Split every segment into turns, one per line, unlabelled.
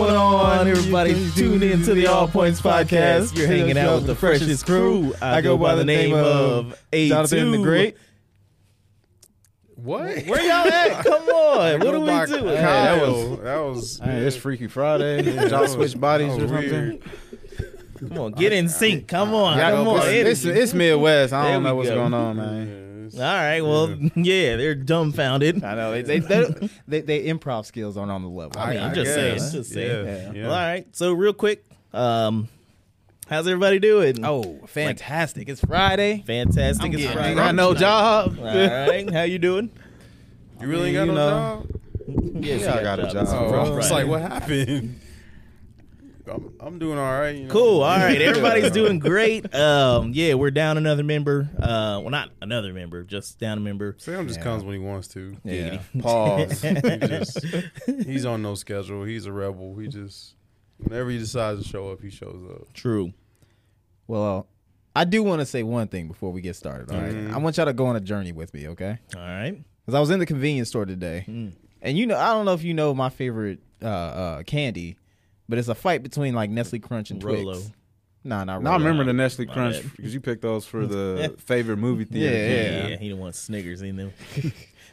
on, everybody? Tune in to the All Points Podcast. You're hanging out with the freshest crew. I go by the name of A2.
Jonathan the Great.
What?
Where y'all at? Come on. What are
By
we doing? Hey,
Kyle. that was that was.
Hey, it's Freaky Friday.
that
Y'all
was-
switch bodies
that
or
was
something.
weird.
Come on. Get in sync. Come on.
Y'all
Come
go
on.
put-
Energy.
It's, it's Midwest. I
There
don't
we
know what's
go.
going on, man.
All right. Well, yeah, they're dumbfounded.
I know they they they, they, they improv skills aren't on the level.
I mean,
I
I'm just saying.
guess.
Just saying.
Yeah.
Well, all right. So real quick, um, how's everybody doing?
Oh, fantastic! it's Friday.
fantastic!
I'm
it's
getting
Friday.
I
drunk.
know job.
All right. How you doing?
You really
I
ain't got
mean,
no
you
job?
Yes,
Yeah, I got a job.
Oh,
From
I was
Friday.
like, what happened? I'm, I'm doing all right. You know?
Cool. All right. Everybody's doing great. Um, yeah, we're down another member. Uh, well, not another member, just down a member.
Sam just comes when he wants to.
Yeah. Pause.
He just, he's on no schedule. He's a rebel. He just whenever he decides to show up, he shows up.
True.
Well,
I do want to say one thing before we get started. All right? I want y'all to go on a journey with me, okay?
All right.
Because I was in the convenience store today, and you know, I don't know if you know my favorite uh, uh, candy, but it's a fight between like Nestle Crunch and Twix.
Rolo.
Nah, not Rolo.
now I remember the Nestle
My
Crunch
bad.
because you picked those for the favorite movie theater.
Yeah,
Yeah. he didn't want Snickers in them.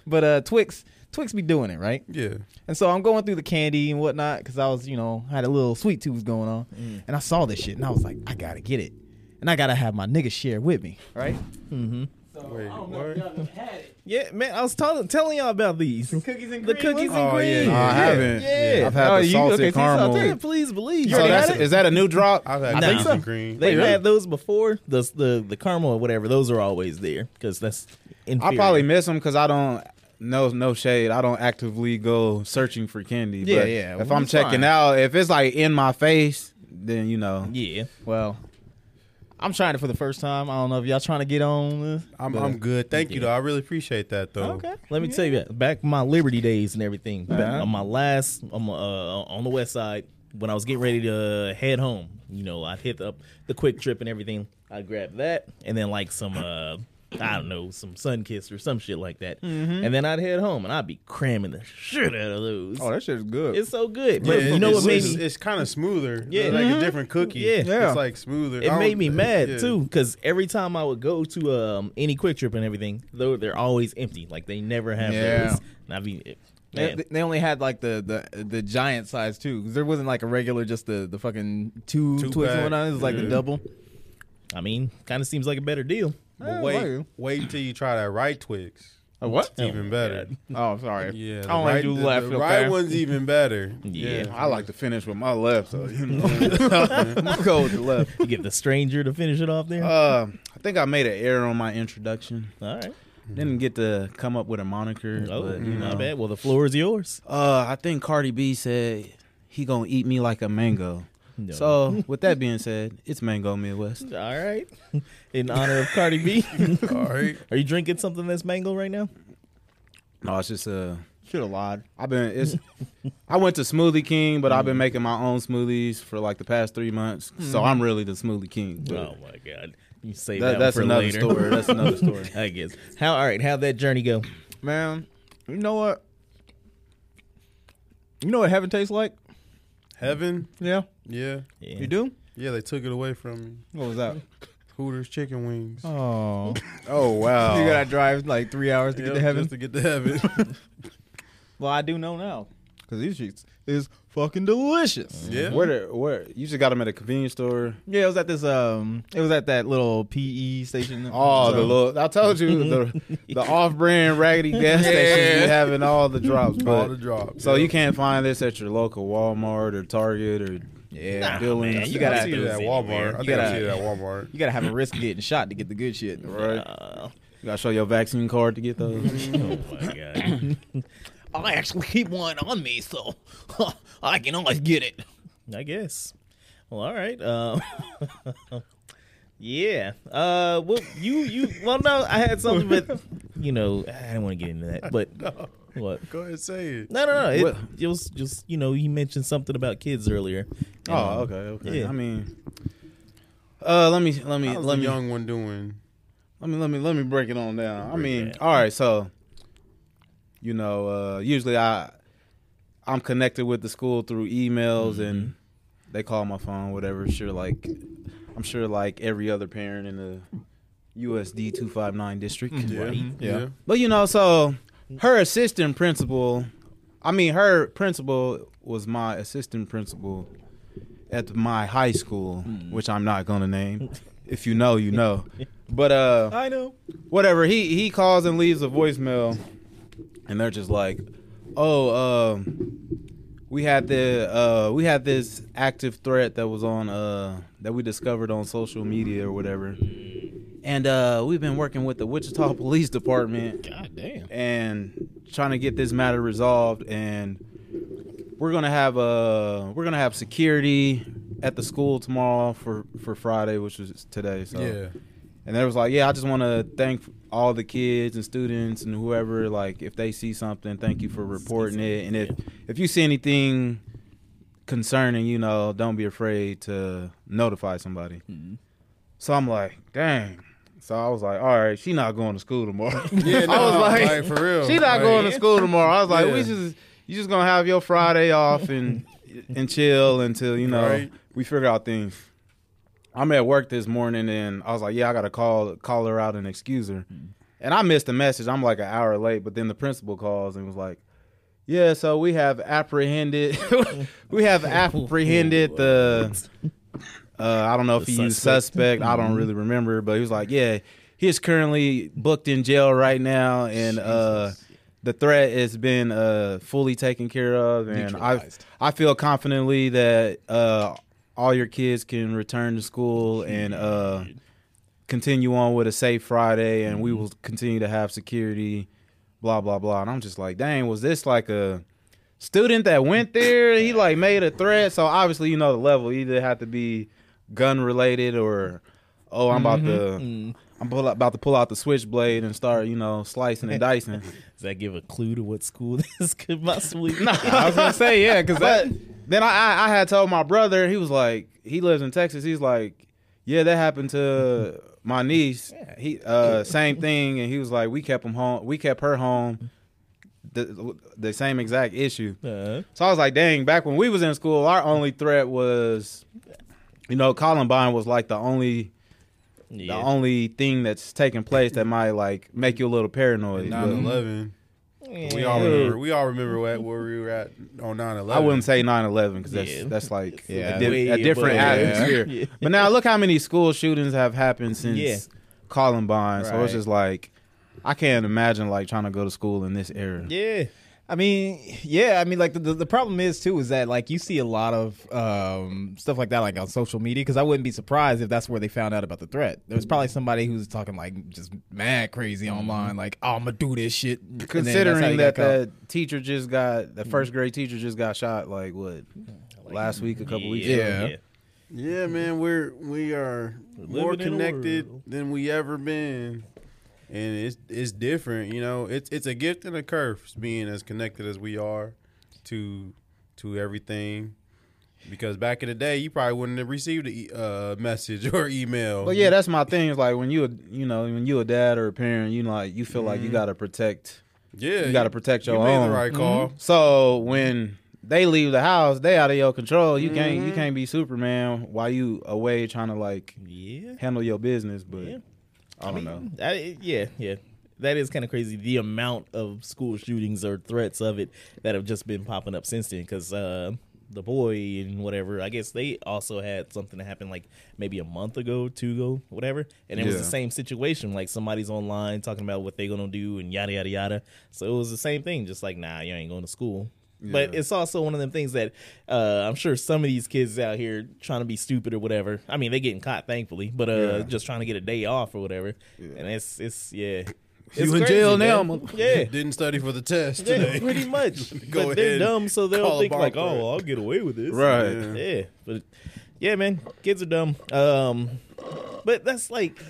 but uh, Twix, Twix be doing it right.
Yeah.
And so I'm going through the candy and whatnot because I was, you know, had a little sweet tooth going on, and I saw this shit and I was like, I gotta get it, and I gotta have my nigga share with me, right?
Wait, what?
Yeah, man, I was tell- telling y'all about these.
Cookies and
The cookies and
Oh, yeah.
cream.
No, I haven't.
Yeah.
I've had
Uh, Oh,
the
you-
salted
okay, so you saw
caramel.
three.
Yeah, please believe.
So
They
that's
had it?
is that a new drop?
I've had
I think
cookies
so.
and cream.
They've
really?
had those before. The the the caramel or whatever. Those are always there because that's. Inferior.
I probably miss them because I don't. No, no shade. I don't actively go searching for candy.
Yeah,
but
yeah,
If
well,
I'm
it's
checking
fine.
out, if it's like in my face, then you know.
Yeah.
Well, I'm trying it for the first time. I don't know if y'all trying to get on. this.
I'm I'm good. Thank you though. I really appreciate that though.
Okay.
Let me tell you, that, back in my Liberty days and everything, back
Uh-huh.
on my last, on, my, uh, on the West Side, when I was getting ready to head home, you know, I'd hit up the quick trip and everything. I'd grab that and then like some, uh, I don't know, some sun kiss or some shit like that. And then I'd head home and I'd be cramming the shit out of those.
Oh, that shit's good.
it's so good.
Yeah,
But you know
it's,
what made
it's,
me?
it's kind of smoother.
Yeah. Mm-hmm.
Yeah, like a different cookie.
Yeah.
Yeah.
it's like smoother. I
It
don't-
made me mad
yeah.
too, because every time I would go to um, any Quick Trip and everything, though they're always empty. Like they never have
Yeah.
those. And I mean, it, man,
They, they only had like the the, the giant size too, 'cause there wasn't like a regular, just the, the fucking two,
Two
twigs
pack.
and whatnot. It was like the
Yeah.
double.
I mean, kind of seems like a better deal.
Oh,
But wait,
wow.
wait till you try that right Twix.
Oh, what?
It's even better.
Oh, sorry.
Yeah,
I
the
only
right-
do
the- the
left. okay.
right one's even better.
Yeah.
I like to finish with my left, so you know. I'm gonna go with the left.
You get the stranger to finish it off there.
Uh, I think I made an error on my introduction.
All right.
Didn't get to come up with a moniker.
Oh,
but, you
not
know.
bad. Well, the floor is yours.
Uh, I think Cardi B said he gonna eat me like a mango.
No.
So with that being said, it's Mango Midwest.
all right. In honor of Cardi B,
All right.
are you drinking something that's mango right now?
No, it's just uh,
Should have lied.
I've been it's. I went to Smoothie King, but I've been making my own smoothies for like the past three months. So I'm really the Smoothie King. But
Oh my god. You say
that-
that,
that's
for
another
later.
story. That's another story.
I guess. How? All right. How'd that journey go?
Man, you know what? You know what heaven tastes like?
Heaven.
Yeah.
Yeah.
Yeah.
You do?
Yeah, they took it away from me.
What was that?
Hooters chicken wings.
Oh.
Oh wow!
You gotta drive like three hours to
Yeah,
get to heaven.
Just to get to heaven.
Well, I do know now because these cheeks is fucking delicious.
yeah.
Where the, where you just got them at a convenience store.
Yeah, it was at this um, it was at that little PE station.
Oh,
So-
the little I told you the the off-brand raggedy gas station be having all the drops,
All
but
the drops.
so
yeah.
you can't find this at your local Walmart or Target or
yeah,
Dillon's.
man,
you
I
gotta-
see it at
those
Walmart.
anywhere.
I
You
think I
gotta-
see it at Walmart.
you gotta have a risk of getting shot to get the good shit.
Right,
Uh,
you gotta show your vaccine card to get those.
oh my god.
I actually keep one on me, so I can always get it.
I guess. Well, all right. Uh, yeah. Uh, well, you you. Well, no, I had something, but you know, I didn't want to get into that. But what?
Go ahead, say it.
No, no, no. It,
What?
it was just you know, you mentioned something about kids earlier.
oh, okay, okay.
Yeah.
I mean, uh, let me let me
How's
let
the
me
young one doing?
let me let me let me break it on down. I
Break it
mean,
down.
all right, so
Mm-hmm.
you know, uh usually I I'm connected with the school through emails and They call my phone, whatever. Sure, like I'm sure like every other parent in the USD two five nine district.
Mm-hmm.
Yeah.
But you know, so her assistant principal, I mean, her principal was my assistant principal at my high school,
Mm.
which I'm not gonna name. If you know, you know. But uh,
I know.
whatever he he calls and leaves a voicemail and they're just like oh um we had the uh we had this active threat that was on uh that we discovered on social media or whatever and uh we've been working with the wichita police department
God damn.
and trying to get this matter resolved and we're gonna have uh we're gonna have security at the school tomorrow for for friday which was today so
Yeah.
and they was like, "Yeah, I just want to thank all the kids and students and whoever. Like, if they see something, thank you for reporting it. And if if you see anything concerning, you know, don't be afraid to notify somebody." So I'm like, "Dang." So I was like, "All right, she not going to school tomorrow."
Yeah, no,
I was like,
for real.
She not
Like,
going to school tomorrow. I was like,
Yeah.
we just you just gonna have your Friday off and and chill until you know
Right.
we figure out things. I'm at work this morning and I was like, yeah, I gotta call call her out and excuse her.
Mm.
And I missed the message. I'm like an hour late, but then the principal calls and was like, yeah, so we have apprehended we have apprehended the uh, I don't know if he used suspect. I don't really remember, but he was like, yeah, he is currently booked in jail right now, and uh, the threat has been uh, fully taken care of, and I
Neutralized.
I feel confidently that uh, all your kids can return to school and uh, continue on with a safe Friday, and we will continue to have security, blah blah blah. And I'm just like, dang, was this like a student that went there? He like made a threat, so obviously you know the level either had to be gun related or oh I'm about to I'm pull out, about to pull out the switchblade and start you know slicing and dicing.
Does that give a clue to what school this could possibly be?
I was gonna say yeah, because that. Then I, I I had told my brother he was like he lives in Texas. He's like yeah that happened to my niece. He uh same thing and he was like we kept him home we kept her home. The, the same exact issue.
Uh,
So I was like, dang, back when we was in school, our only threat was, you know, Columbine was like the only
yeah.
the only thing that's taking place that might like make you a little paranoid. But
9/11. We all
Yeah.
remember. We all remember what, where we were at on 9/11.
I wouldn't say 9/11 because that's
Yeah.
that's like
Yeah.
a, di-
Way
a different
above.
atmosphere.
Yeah.
But now look how many school shootings have happened since
Yeah.
Columbine. So
Right.
it's just like I can't imagine like trying to go to school in this era.
Yeah.
I mean, yeah. I mean, like the, the the problem is too is that like you see a lot of um, stuff like that like on social media because I wouldn't be surprised if that's where they found out about the threat. There was probably somebody who's talking like just mad crazy online, like oh, I'm gonna do this shit. and then that's how
Mm-hmm. Considering
you
that
got caught.
the teacher just got
Mm.
the first grade teacher just got shot like what last week, a couple weeks ago.
Yeah.
Yeah,
Mm-hmm.
man, we're we are more
living in a
connected
world.
than we ever been, and it's it's different. You know, it's it's a gift and a curse being as connected as we are to to everything. Because back in the day, you probably wouldn't have received a e- uh, message or email.
But yeah, that's my thing. It's like when you a you know when you a dad or a parent, you like you feel like
Mm-hmm.
you gotta protect.
yeah,
you gotta protect
you
your
made
own.
the right call.
Mm-hmm. So when they leave the house, they out of your control. You can't you
Mm-hmm.
can't be Superman while you away trying to like
Yeah.
handle your business. But
Yeah.
I don't know.
I, yeah, yeah. That is kind of crazy. The amount of school shootings or threats of it that have just been popping up since then. Because uh, the boy and whatever, I guess they also had something that happened like maybe a month ago, two ago, whatever. And it was the
Yeah.
same situation. Like somebody's online talking about what they're gonna do and yada yada yada. So it was the same thing. Just like, nah, you ain't going to school. But
Yeah.
it's also one of them things that uh, I'm sure some of these kids out here trying to be stupid or whatever. I mean, they getting caught, thankfully, but uh,
Yeah.
just trying to get a day off or whatever. And it's it's yeah.
You
It's
in jail now,
man.
mother-
Yeah.
Didn't study for the test
yeah,
today.
pretty much.
Go
but they're
ahead and
dumb, so they'll
call a
think like,
bar for
"Oh,
it."
well, I'll get away with this."
Right.
Yeah.
Yeah, but yeah, man, kids are dumb. Um, but that's like,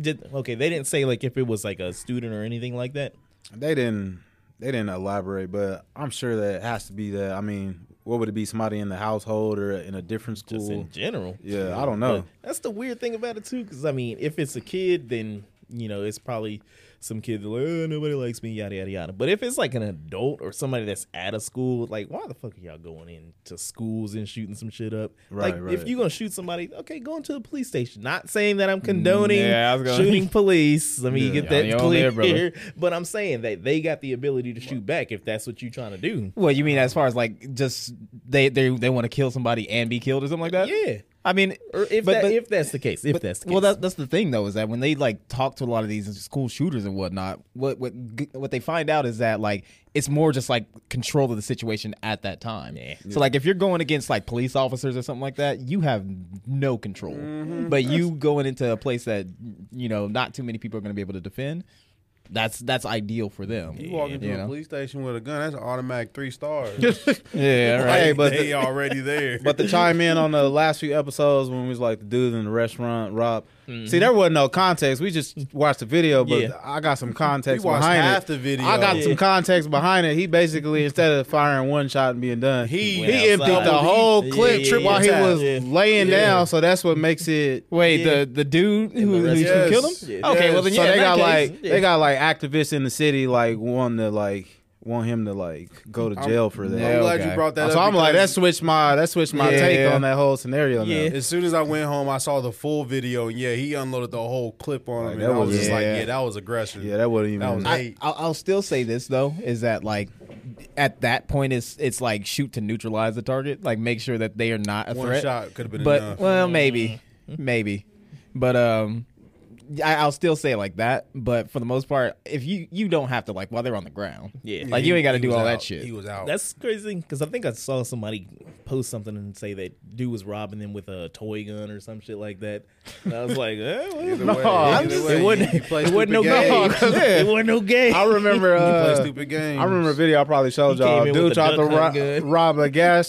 did, okay, they didn't say like if it was like a student or anything like that.
They didn't they didn't elaborate, but I'm sure that it has to be that. I mean, what would it be? Somebody in the household or in a different
Just
school?
in general.
Yeah, I don't know.
But that's the weird thing about it too, because I mean, if it's a kid, then you know it's probably some kids are like, oh, nobody likes me, yada yada yada. But if it's like an adult or somebody that's out of school, like, why the fuck are y'all going into schools and shooting some shit up?
Right,
like,
right.
if you're gonna shoot somebody, okay, go into the police station. Not saying that I'm condoning
Mm, yeah, I was gonna-
shooting police. Let me
Yeah,
get
you're on
that
your own
clear.
there, brother.
but I'm saying that they got the ability to shoot back if that's what you're trying to do.
Well, you mean as far as like just they they they want to kill somebody and be killed or something like that?
Yeah.
I mean,
Or if
But-
that,
but-
if that's the case, if
But-
that's the case.
well, that, that's the thing though is that when they like talk to a lot of these school shooters and whatnot, what what g- what they find out is that like it's more just like control of the situation at that time.
Yeah.
So like if you're going against like police officers or something like that, you have no control.
Mm-hmm.
But you going into a place that you know not too many people are going to be able to defend. That's that's ideal for them.
You walk into
you
a
know?
police station with a gun, that's an automatic three stars. right.
Yeah, right.
Hey, but
they
the-
already there.
But to chime in on the last few episodes when we was like the dude in the restaurant, Rob.
Mm-hmm.
See, there wasn't no context. We just watched the video, but
Yeah.
I got some context
We watched
behind
half
it.
the video.
I got
Yeah.
some context behind it. He basically instead of firing one shot and being done,
He
he,
went
emptied
outside.
the whole
Yeah,
clip
yeah, yeah,
while he
yeah.
was
Yeah.
laying
Yeah.
down. So that's what makes it.
Wait, the the dude who, who,
Yes.
killed him?
Yes.
Okay, well then
so
yeah, in
they
that
got
case-
like they got like activists in the city like wanting to like want him to like go to jail for that.
I'm glad
okay.
you brought that up.
so I'm like that
because
switched my that switched my take
Yeah.
on that whole scenario. now.
Yeah.
As soon as I went home, I saw the full video. And yeah, he unloaded the whole clip on him.
Like,
And
that
I was
was-
just like,
yeah.
yeah, that was aggressive.
Yeah, that wouldn't even.
That was-
I,
Hey.
I'll, I'll still say this though is that like at that point it's it's like shoot to neutralize the target, like make sure that they are not a
one
threat.
shot could have been
but
enough.
well, maybe,
Mm-hmm.
maybe, but um. I, I'll still say it like that, but for the most part, if you you don't have to like while they're on the ground,
Yeah.
like you ain't got to
He
do
was
all
out.
that shit.
He was out.
That's crazy because I think I saw somebody post something and say that dude was robbing them with a toy gun or some shit like that. And I was like, eh, what is-
Either
no,
way,
I'm
either
just-
way,
it wasn't,
you play
it wasn't no
stupid
game.
games.
It wasn't no game.
I remember.
He
Uh,
played stupid games.
I remember a video I probably showed
He came
y'all.
in with
Dude
a
tried to
duck
rob,
hunt gun.
rob a gas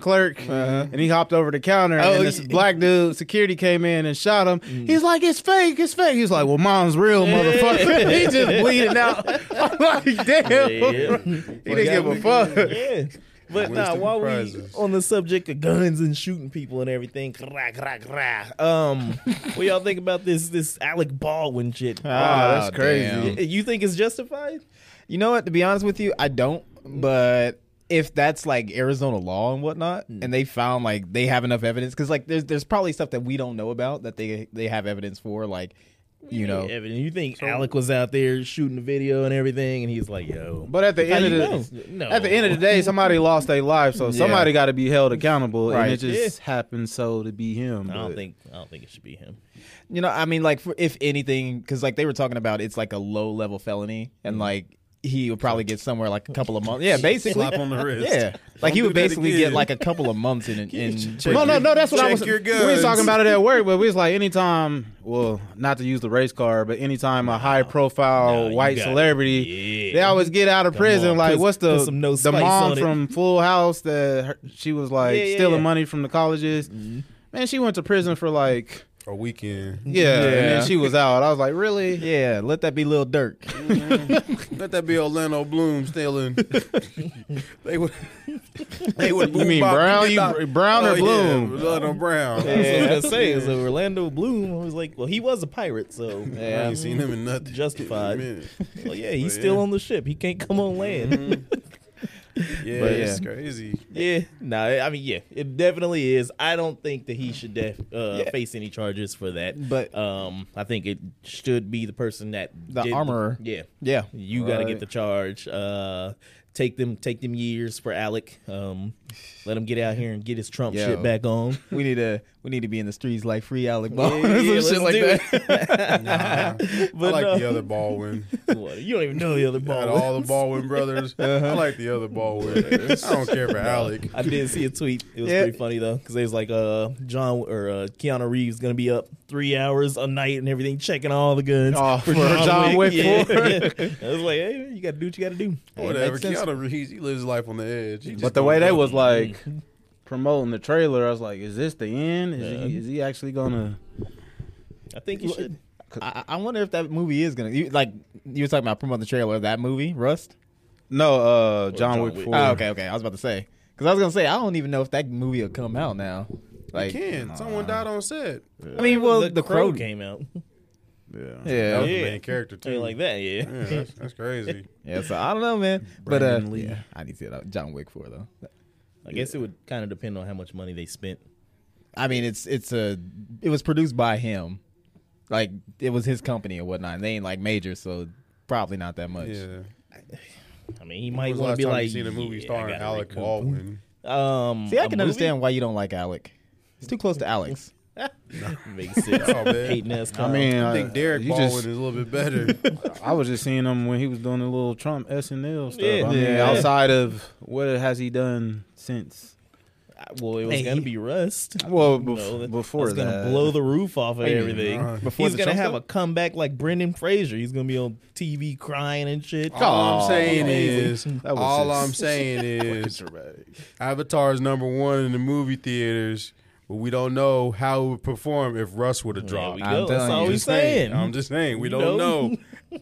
clerk, and he hopped over the counter.
Oh,
and this
yeah.
black dude, security came in and shot him.
Mm.
He's like, "It's fake, it's fake." He's like, "Well, mine's real, motherfucker." he just bleeding out. I'm like, damn.
Yeah.
He didn't give a fuck.
yeah. But
Wasted
nah, while
prizes.
we on the subject of guns and shooting people and everything, kra, kra, kra, um, what y'all think about this this Alec Baldwin shit?
Ah, that's
Oh,
crazy.
damn.
you think it's justified?
You know what? To be honest with you, I don't. But if that's like Arizona law and whatnot,
Mm.
and they found like they have enough evidence, because like there's there's probably stuff that we don't know about that they they have evidence for, like you know.
Yeah, Evan, you think Alec was out there shooting the video and everything, and he's like, "Yo,
But at the
How
end
you
of the
know? No.
at the end of the day, somebody lost their life, so somebody got to be held accountable,
Right.
and it just happened so to be him.
I don't
but-
think I don't think it should be him."
You know, I mean, like for, if anything, because like they were talking about, it's like a low level felony,
Mm.
and like he would probably get somewhere like a couple of months. Yeah, basically.
Slap on the wrist.
Yeah, like he
Don't
would
do that
basically
again.
get like a couple of months in. in, in
no, no,
your-
no. That's what I
check
was.
your
We was
guns.
talking about it at work, but we was like, anytime, well, not to use the race car, but anytime a high profile
No, you
Oh, white
got it.
celebrity,
Yeah.
they always get out of prison.
on,
like,
put-
what's the
put some no
the
spice on
mom
it.
from Full House that her, she was like
Yeah, yeah,
stealing
yeah. Mm-hmm.
money from the colleges? Man, she went to prison for like
A weekend.
yeah, and
Yeah.
then she was out. I was like, really?
yeah, let that be Lil Dirk.
Let that be Orlando Bloom stealing. they would. They would.
You mean
boom-bop
Brown?
did
You
not-
Brown or
Oh, yeah,
Bloom?
Orlando Brown.
That's what I was gonna say is that Orlando Bloom was like, "Well, he was a pirate, so
I
Yeah.
ain't seen him in nothing.
Justified.
Man.
well, yeah, he's
But
still
yeah.
on the ship. He can't come on land."
Yeah,
But
it's
yeah.
crazy.
Yeah, no, I mean, yeah, it definitely is. I don't think that he should def, uh,
Yeah.
face any charges for that.
But- uh,
um, I think it should be the person that
The
did
armorer.
yeah,
Yeah,
you got to
Right.
get the charge. Uh, take them, take them years for Alec. Um, let him get out here and get his Trump
Yo.
shit back on.
we need to we need to be in the streets like free Alec Baldwin,
Yeah,
or
yeah,
some shit
let's
like
do
that.
Nah,
But,
I like
uh,
the other Baldwin.
What? You don't even know the other
Out
ball.
of all the Baldwin brothers, I like the other Baldwin. I don't care for Alec.
I did see a tweet. It was
Yeah.
pretty funny though, because it was like, uh, John or uh, Keanu Reeves gonna be up three hours a night and everything, checking all the guns
Oh, for John Wick four.
I was like, hey, you gotta do what you gotta do.
Whatever.
makes sense.
Keanu Reeves, he lives life on the edge. He just
But the way
gonna
they
go.
was like promoting the trailer, I was like, is this the end? Is, he, is he actually gonna?
I think you should.
I, I wonder if that movie is gonna you, like you were talking about promoting the trailer of that movie Rust.
No, uh, John,
John
Wick
Wick. Ah,
Four.
Oh, okay, okay. I was about to say because I was gonna say I don't even know if that movie will come out now. Like,
Ken, someone died on set.
I mean, well, the, crow,
came out.
Yeah.
Yeah.
That was
Yeah.
the main character
Tell you
too.
like that, yeah.
Yeah, that's, that's crazy.
Yeah, so I don't know, man. But uh,
Brandon Lee.
yeah, I need to see that John Wick four though.
I guess it would kind of depend on how much money they spent.
I mean, it's it's a it was produced by him, like it was his company or whatnot. And they ain't like major, so probably not that much.
Yeah.
I mean, he
When
might
was the
want to be
last time
like.
you seen a movie
yeah, I
starring
gotta
Alec
recoup.
Baldwin?
Um,
See, I
a
can
movie?
understand why you don't like Alec. It's too close to Alex.
Makes sense.
Oh, man.
Hating us.
I mean,
I think Derek
you
Baldwin
just-
is a little bit better.
I was just seeing him when he was doing the little Trump SNL stuff.
Yeah.
I mean,
Yeah.
outside of what has he done since?
uh, well, it was
Hey,
gonna
he-
be Rust.
Well,
You
bef-
know, that-
before
that's gonna
that.
blow the roof off of
Wait a minute,
everything.
uh,
before
He's
the
gonna
Trump
have
stuff?
a comeback like Brendan Fraser. He's gonna be on TV crying and shit.
all I'm saying
amazing.
is,
That was
all
just-
I'm saying is,
dramatic.
Avatar's number one in the movie theaters, but we don't know how it would perform if Russ would have
There we
dropped.
I'm
go. That's
telling
all
you.
we
Just saying.
saying.
I'm just saying we
You
don't
know?
know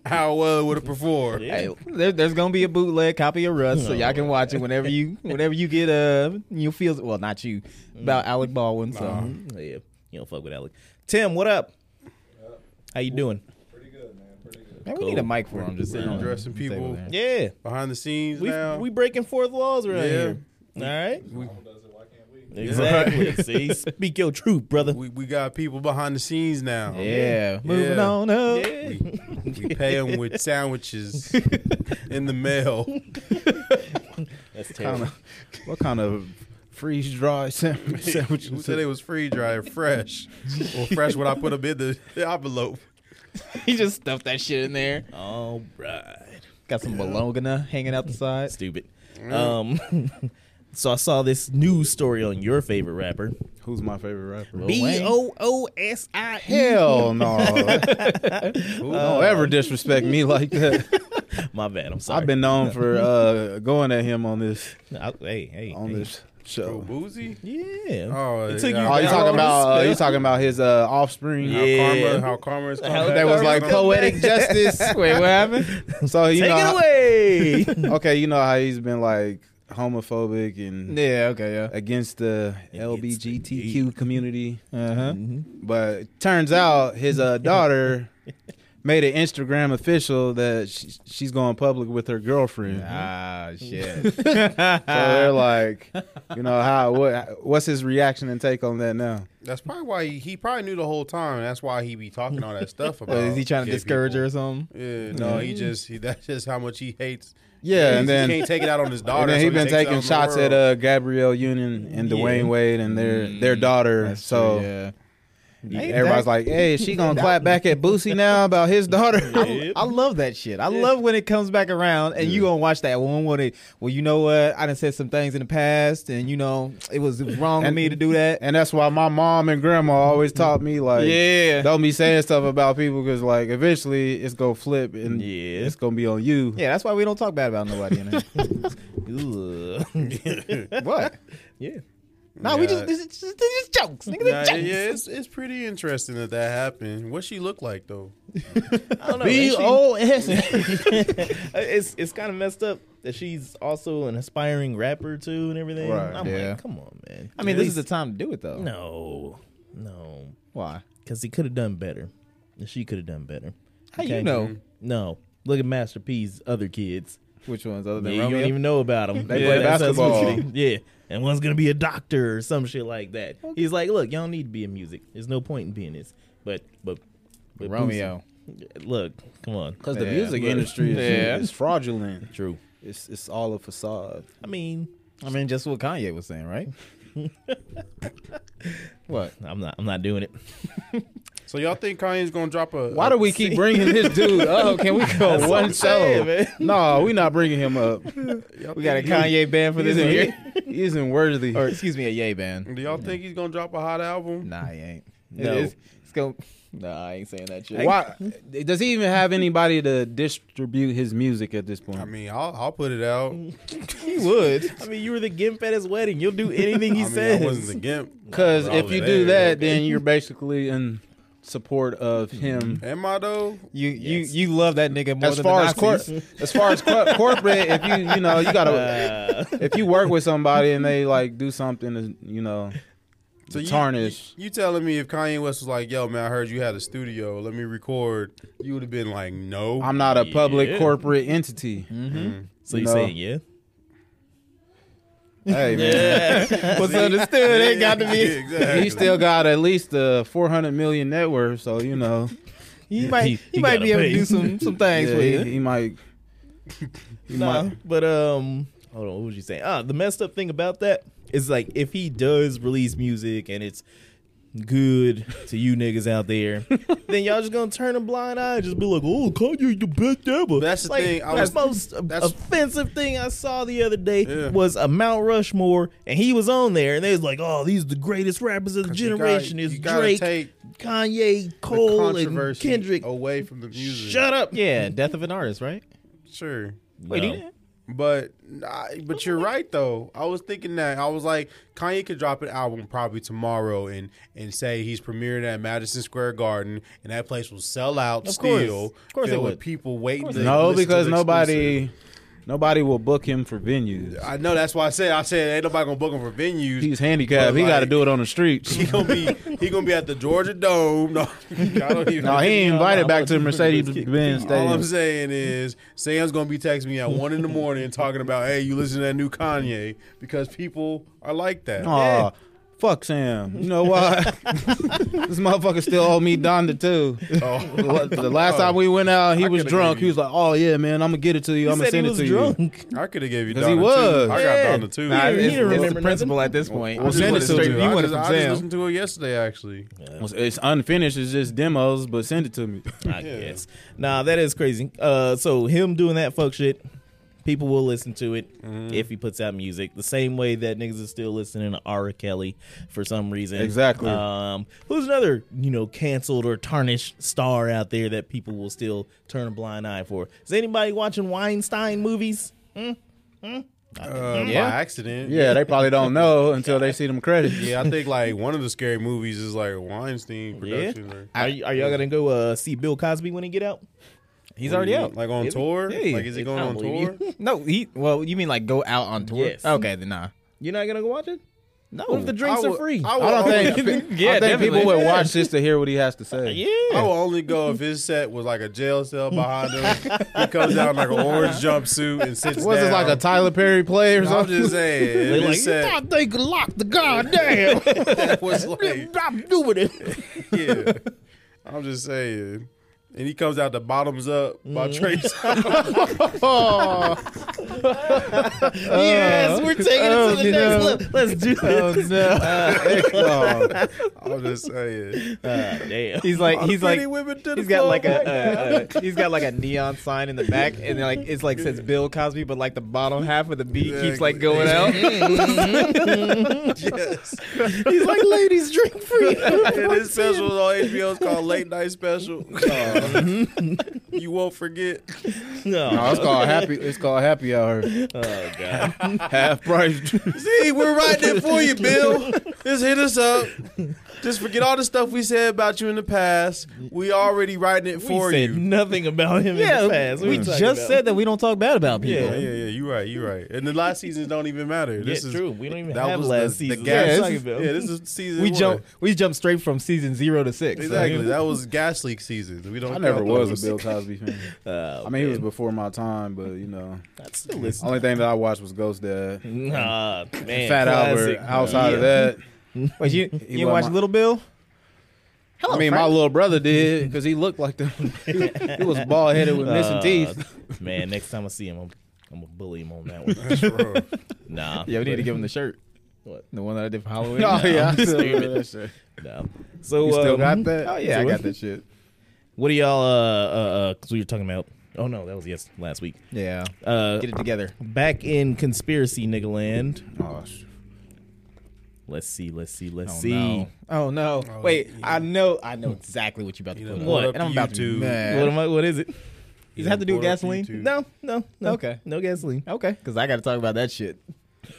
how well it would have performed.
Yeah.
Hey, there, there's gonna be a bootleg copy of Russ, so y'all can watch it whenever you whenever you get uh you feel well not you about Alec Baldwin.
uh,
So
Mhm. yeah, you don't fuck with Alec. Tim, what up? How you doing?
man, we need a mic for him. Just sitting on the
Addressing people.
table there.
Yeah,
Behind the scenes
we
now,
we breaking fourth walls right
Yeah.
here. All right,
Yeah.
exactly. See, speak your truth, brother.
we, we got people behind the scenes now.
Yeah, moving
Oh, Yeah.
on up.
yeah.
We pay them with sandwiches in the mail.
That's
Kind
terrible.
of, what kind of freeze dry sandwich?
Who said it was free, dry, or fresh? Or fresh when I put them in the the envelope.
he just stuffed that shit in there.
All right.
Got some
Uh,
bologna hanging out the side.
Stupid.
Mm.
Um, so I saw this news story on your favorite rapper,
Who's my favorite rapper?
Lil
B
Wayne.
O O S I E.
Hell no! Who don't ever disrespect me like that.
My bad. I'm sorry.
I've been known for uh, going at him on this
I, hey, hey,
on
hey.
this
Oh,
show.
boozy?
Yeah.
Oh,
It took
yeah.
you
Oh,
down
you talking
on the
about uh, you
spell.
talking about his uh, offspring?
Yeah.
How karma? How karma is
How
That was like
Karma.
poetic justice.
Wait, what happened?
So you
Take
know,
it
how-
away.
okay, you know how he's been like homophobic and
yeah, okay, yeah.
against the
the
LBGTQ community,
Uh-huh.
but turns out his uh, daughter made an Instagram official that she, she's going public with her girlfriend.
Ah, shit.
So they're like, you know, how what what's his reaction and take on that now?
That's probably why he, he probably knew the whole time. That's why he be talking all that stuff about.
Well, is he trying to
gay
discourage her or
people.
something?
Yeah, no, he just he, that's just how much he hates.
Mm-hmm. Yeah,
he,
and then
he can't take it out on his
and
daughter.
then
so
he's been
takes it out
taking
on the
shots at
world.
uh, Gabrielle Union and Dwayne
Yeah.
Wade and their their daughter.
Mm. That's
so
true, yeah. Ain't
everybody's
that-
like, hey, is she gonna clap back at Boosie now about his daughter?
Yeah.
I love that shit. I love when it comes back around and you gonna watch that one when it well, you know what? I done said some things in the past and you know it was, it was wrong of
And-
me to do that.
and that's why my mom and grandma always taught me like,
yeah.
don't be saying stuff about people because like eventually it's gonna flip and
Yeah.
it's gonna be on you.
yeah, that's why we don't talk bad about nobody in here.
Ugh.
what?
Mm-hmm. yeah.
No, we
Yeah.
just this is just, this is jokes. Nigga,
Nah,
this
yeah,
jokes.
it's it's pretty interesting that that happened. What she look like though?
I don't know.
B
Ain't she-
O S.
Uh, it's it's kind of messed up that she's also an aspiring rapper too and everything.
Right,
I'm
yeah.
like, come on, man.
I mean,
At
this is the
least-
time to do it though.
no, no,
Why?
because he could have done better. And She could have done better.
How you
Can't-
know?
No, look at Master P's other kids.
Which ones other
Yeah,
than
you
Romeo?
don't even know about them.
They play basketball.
yeah, and one's gonna be a doctor or some shit like that. He's like, look, y'all need to be in music. There's no point in being this. But but, but
Romeo.
Boosie- look, come on,
Because the
Yeah.
music
Look.
industry is,
Yeah.
is fraudulent.
true.
It's it's all a facade.
I mean,
I mean, just what Kanye was saying, right? what?
I'm not I'm not doing it.
So y'all think Kanye's gonna drop a?
Why do we keep bringing this dude up? Can we go
what I'm
one
saying,
show?
man.
no, we're not bringing him up.
We got a Kanye ban for
He
this year,
isn't, he isn't worthy.
or excuse me, a Ye ban?
Do y'all think he's gonna drop a hot album?
Nah, he ain't. It
No.
is- it's going. Nah, I ain't saying that shit.
Why does he even have anybody to distribute his music at this point?
I mean, I'll I'll put it out.
He would.
I mean, you were the gimp at his wedding. You'll do anything
I
he
mean,
says.
I wasn't the gimp.
Because
Nah, I
if
was
you
there.
do that, then you're basically in support of him.
Am I though?
You
Yes.
you you love that nigga more
As
than
far
the
as cor-
Nazis.
as far as cor- corporate, if you you know you gotta
Uh,
if you work with somebody and they like do something, to, you know, to
you-
tarnish.
You, you telling me if Kanye West was like, "Yo, man, I heard you had a studio. Let me record," you would have been like, "No."
I'm not a public
Yeah.
corporate entity.
So you
No.
saying yeah?
Hey man,
What's understood ain't got to
Yeah,
be.
exactly.
he still got at least a 400 million net worth, so you know,
He might,
He-
he,
he
might
gotta
be able
pay.
to do some some things
yeah,
with
he,
it.
he might. He
Nah,
might.
but um, hold on. What was you saying? Ah, the messed up thing about that is like if he does release music and it's good to you niggas out there, then y'all just gonna turn a blind eye and just be like, "Oh, Kanye, the best ever."
That's the
Like,
thing, I
the
was-
most
that's-
offensive thing I saw the other day
Yeah.
was a Mount Rushmore, and he was on there, and they was like, "Oh, these are the greatest rappers of the
You gotta-
generation." Is
you gotta
Drake,
take
Kanye,
the
Cole, and
controversy
Kendrick?
away from the music.
Shut up!
Yeah, death of an artist, right?
Sure.
Wait,
No.
he did?
But nah, but you're right though. I was thinking that I was like Kanye could drop an album probably tomorrow and and say he's premiering at Madison Square Garden and that place will sell out
Of course.
still.
Of course it
filled with
would.
people waiting. to
No,
listen to
because
the
nobody,
exclusive.
nobody will book him for venues.
I know that's why I said I said ain't nobody gonna book him for venues.
He's handicapped.
But,
he got to
like-
do it on the streets.
he gonna be he gonna be at the Georgia Dome. No, I don't even.
no, he ain't invited back to the Mercedes Benz
All
Stadium.
I'm saying is Sam's gonna be texting me at one in the morning talking about, hey, you listen to that new Kanye because people are like that.
Aw, fuck Sam. You know why? this motherfucker still owe me Donda too.
Oh,
The last time we went out, he
I
was
could've
drunk.
gave
He
you-
was like, "Oh yeah, man, I'm gonna get it to you. I'm gonna
said he
send it
was
to you."
drunk.
I could have gave you
'Cause he
Donna
was.
too. I
Yeah.
got Donna too.
Nah, he
I
it's,
didn't
it's
remember
the
nothing.
principle at this point.
Well,
I just
send
want
it to
straight-
you.
You
I,
want it
just,
from
I just
Sam.
listened to it yesterday actually.
It's- It's unfinished. It's just demos, but send it to me.
I guess. Nah, that is crazy. Uh, so him doing that fuck shit, people will listen to it
Mm-hmm.
if he puts out music. The same way that niggas is still listening to R. Kelly for some reason.
Exactly.
Um, who's another you know canceled or tarnished star out there that people will still turn a blind eye for? Is anybody watching Weinstein movies?
Uh,
Yeah.
By accident.
Yeah, they probably don't know until they see them credits.
Yeah, I think like one of the scary movies is like Weinstein production. or-
Are, y- are y'all gonna go uh, see Bill Cosby when he get out?
He's already out.
Like on
Is he?
tour?
Yeah.
Like is he
I
going
don't
on
believe
tour?
you.
No, he. Well, you mean like go out on tour?
Yes.
Okay, then nah.
You're not gonna go watch it?
No.
What if the drinks
I
are
would-
free?
I would
I don't
only-
think.
Yeah,
I think people
definitely.
would watch this to hear what he has to say.
yeah.
I will only go if his set was like a jail cell behind him. he comes out in like an orange jumpsuit and sits
Was
down.
it like a Tyler Perry play or
I'm
something?
just saying.
They
if
like
his
you
set
thought they could lock the goddamn.
was like,
I'm doing it.
yeah. I'm just saying. And he comes out the bottoms up by Trey Songz.
yes, we're taking it to the next level. Let's do
Oh,
this.
I'm just saying.
damn.
He's like he's like
Pretty women to the
he's got
floor
like
right
a, a, a he's got like a neon sign in the back and like it's like says Bill Cosby but like the bottom half of the beat keeps like going out.
now. yes.
He's like, ladies, drink free.
And his special on HBO is called Late Night Special. Uh, you won't forget.
No,
No.
it's called happy. It's called happy hour.
Oh, God.
Half price.
See, we're right there for you, Bill. Just hit us up. Just forget all the stuff we said about you in the past. We already writing it for
we said
you.
nothing about him in the past. What
we
you talking
just
about?
said that we don't talk bad about people.
Yeah.
Yeah, yeah, yeah. You right. You right. And the last seasons don't even matter. This
Yeah,
is
true. We don't even
that
have
was
last
the,
season.
The gas,
Yeah,
yeah,
this is-
yeah, this is season.
We
one.
jump we jump straight from season zero to six.
Exactly.
So-
That was gas leak season. We don't.
I never
count
was
those.
a Bill Cosby fan.
Oh,
I mean, he was before my time, but you know,
I still listen.
only thing that I watched was Ghost Dad,
Nah, man.
Fat
classic.
Albert. Outside of
Mm-hmm.
that,
Wait, you you
He
didn't
was
watch
my-
Little Bill?
I mean, my little brother did because he looked like them. he was bald headed with missing
Uh,
teeth.
Man, next time I see him, I'm, I'm gonna bully him on that one.
That's rough.
Nah.
Yeah, we need to give him the shirt.
What?
The one that I did for Halloween.
Oh yeah, I still
stupid.
that shit.
Nah. So
You still
um,
got that?
Oh yeah, I got that shit.
What do y'all? Uh, uh, uh, cause we were talking about. Oh no, that was yes last week.
Yeah.
Uh,
Get it together.
back in conspiracy nigga land.
Oh, sh-
Let's see. Let's see. Let's
Oh,
see.
no. Oh no. Wait, I know I know exactly what you're about to
You
put
done
up.
What?
pulled up
And I'm about to
YouTube.
be mad.
What am I? What is it?
Does it have to do with
Pulled up
gasoline?
YouTube.
No, no, no.
Okay.
No gasoline.
Okay, because I got to talk about that shit.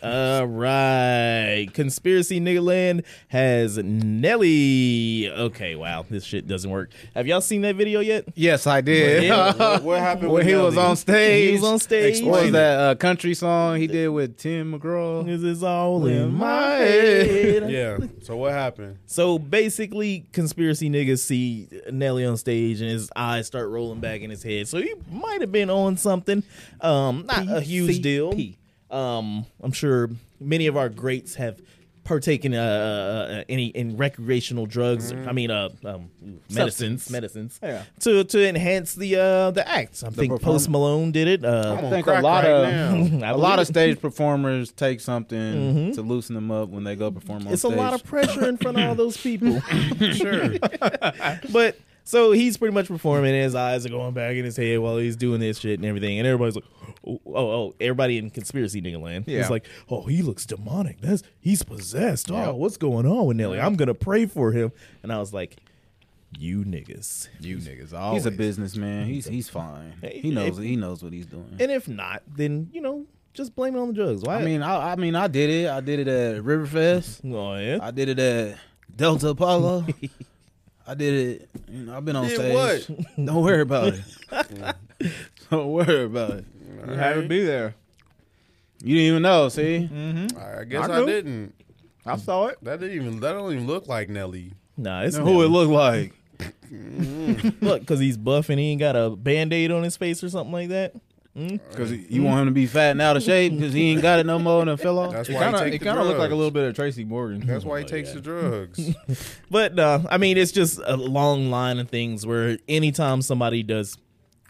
All right. Conspiracy Nigga Land has Nelly. Okay, wow. This shit doesn't work. Have y'all seen that video yet?
Yes, I did.
Yeah.
What, what happened
when
with
he was
Nelly?
on stage.
He was on stage.
What
Explain
was that uh, country song he did with Tim McGraw?
This is all in my
my
head.
Yeah. So what happened?
So basically, conspiracy niggas see Nelly on stage and his eyes start rolling back in his head. So he might have been on something. Um, not a huge deal.
PCP.
Um, I'm sure many of our greats have partaken uh, uh, uh, any in recreational drugs. I mean, uh, um, medicines,
Substance.
medicines
Yeah.
to to enhance the uh, the act. I think
perform-
Post Malone did it.
I'm
Uh,
on
I think a
crack
lot
right
of
now. I
a lot
believe
of
it.
stage performers take something to loosen them up when they go perform on
it's a
stage.
lot of pressure in front of all those people.
now. sure.
but so he's pretty much performing, and his eyes are going back in his head while he's doing this shit and everything. And everybody's like, "Oh, oh, oh everybody in conspiracy nigga land yeah.
Yeah.
is like, oh, he looks demonic. That's he's possessed. Oh, what's going on with Nelly? I'm gonna pray for him." And I was like, "You niggas."
You niggas
He's
always.
a businessman. He's he's fine.
Hey,
He knows
if-
he knows what he's doing.
And if not, then you know, just blame it on the drugs. Why?
I mean, I, I mean, I did it. I did it at Riverfest.
oh yeah.
I did it at Delta Apollo. I did it. You know, I've been on
Did
stage. Don't worry about it. Don't worry about it.
All
Had to
right.
be there.
You didn't even know. See,
Mm-hmm. I guess
I
I,
knew.
didn't.
I saw it.
That didn't even. That don't even look like Nelly.
Nah, it's
who it looked like.
look because he's buff and he ain't got a band aid on his face or something like that.
Because you want him to be fat and out of shape because he ain't got it no more and it fell off.
That's
It
why
kind of
he
it
takes the
kind of
drugs.
looked like a little bit of Tracy Morgan.
Oh,
That's why he takes the drugs.
But no, I mean it's just a long line of things where anytime somebody does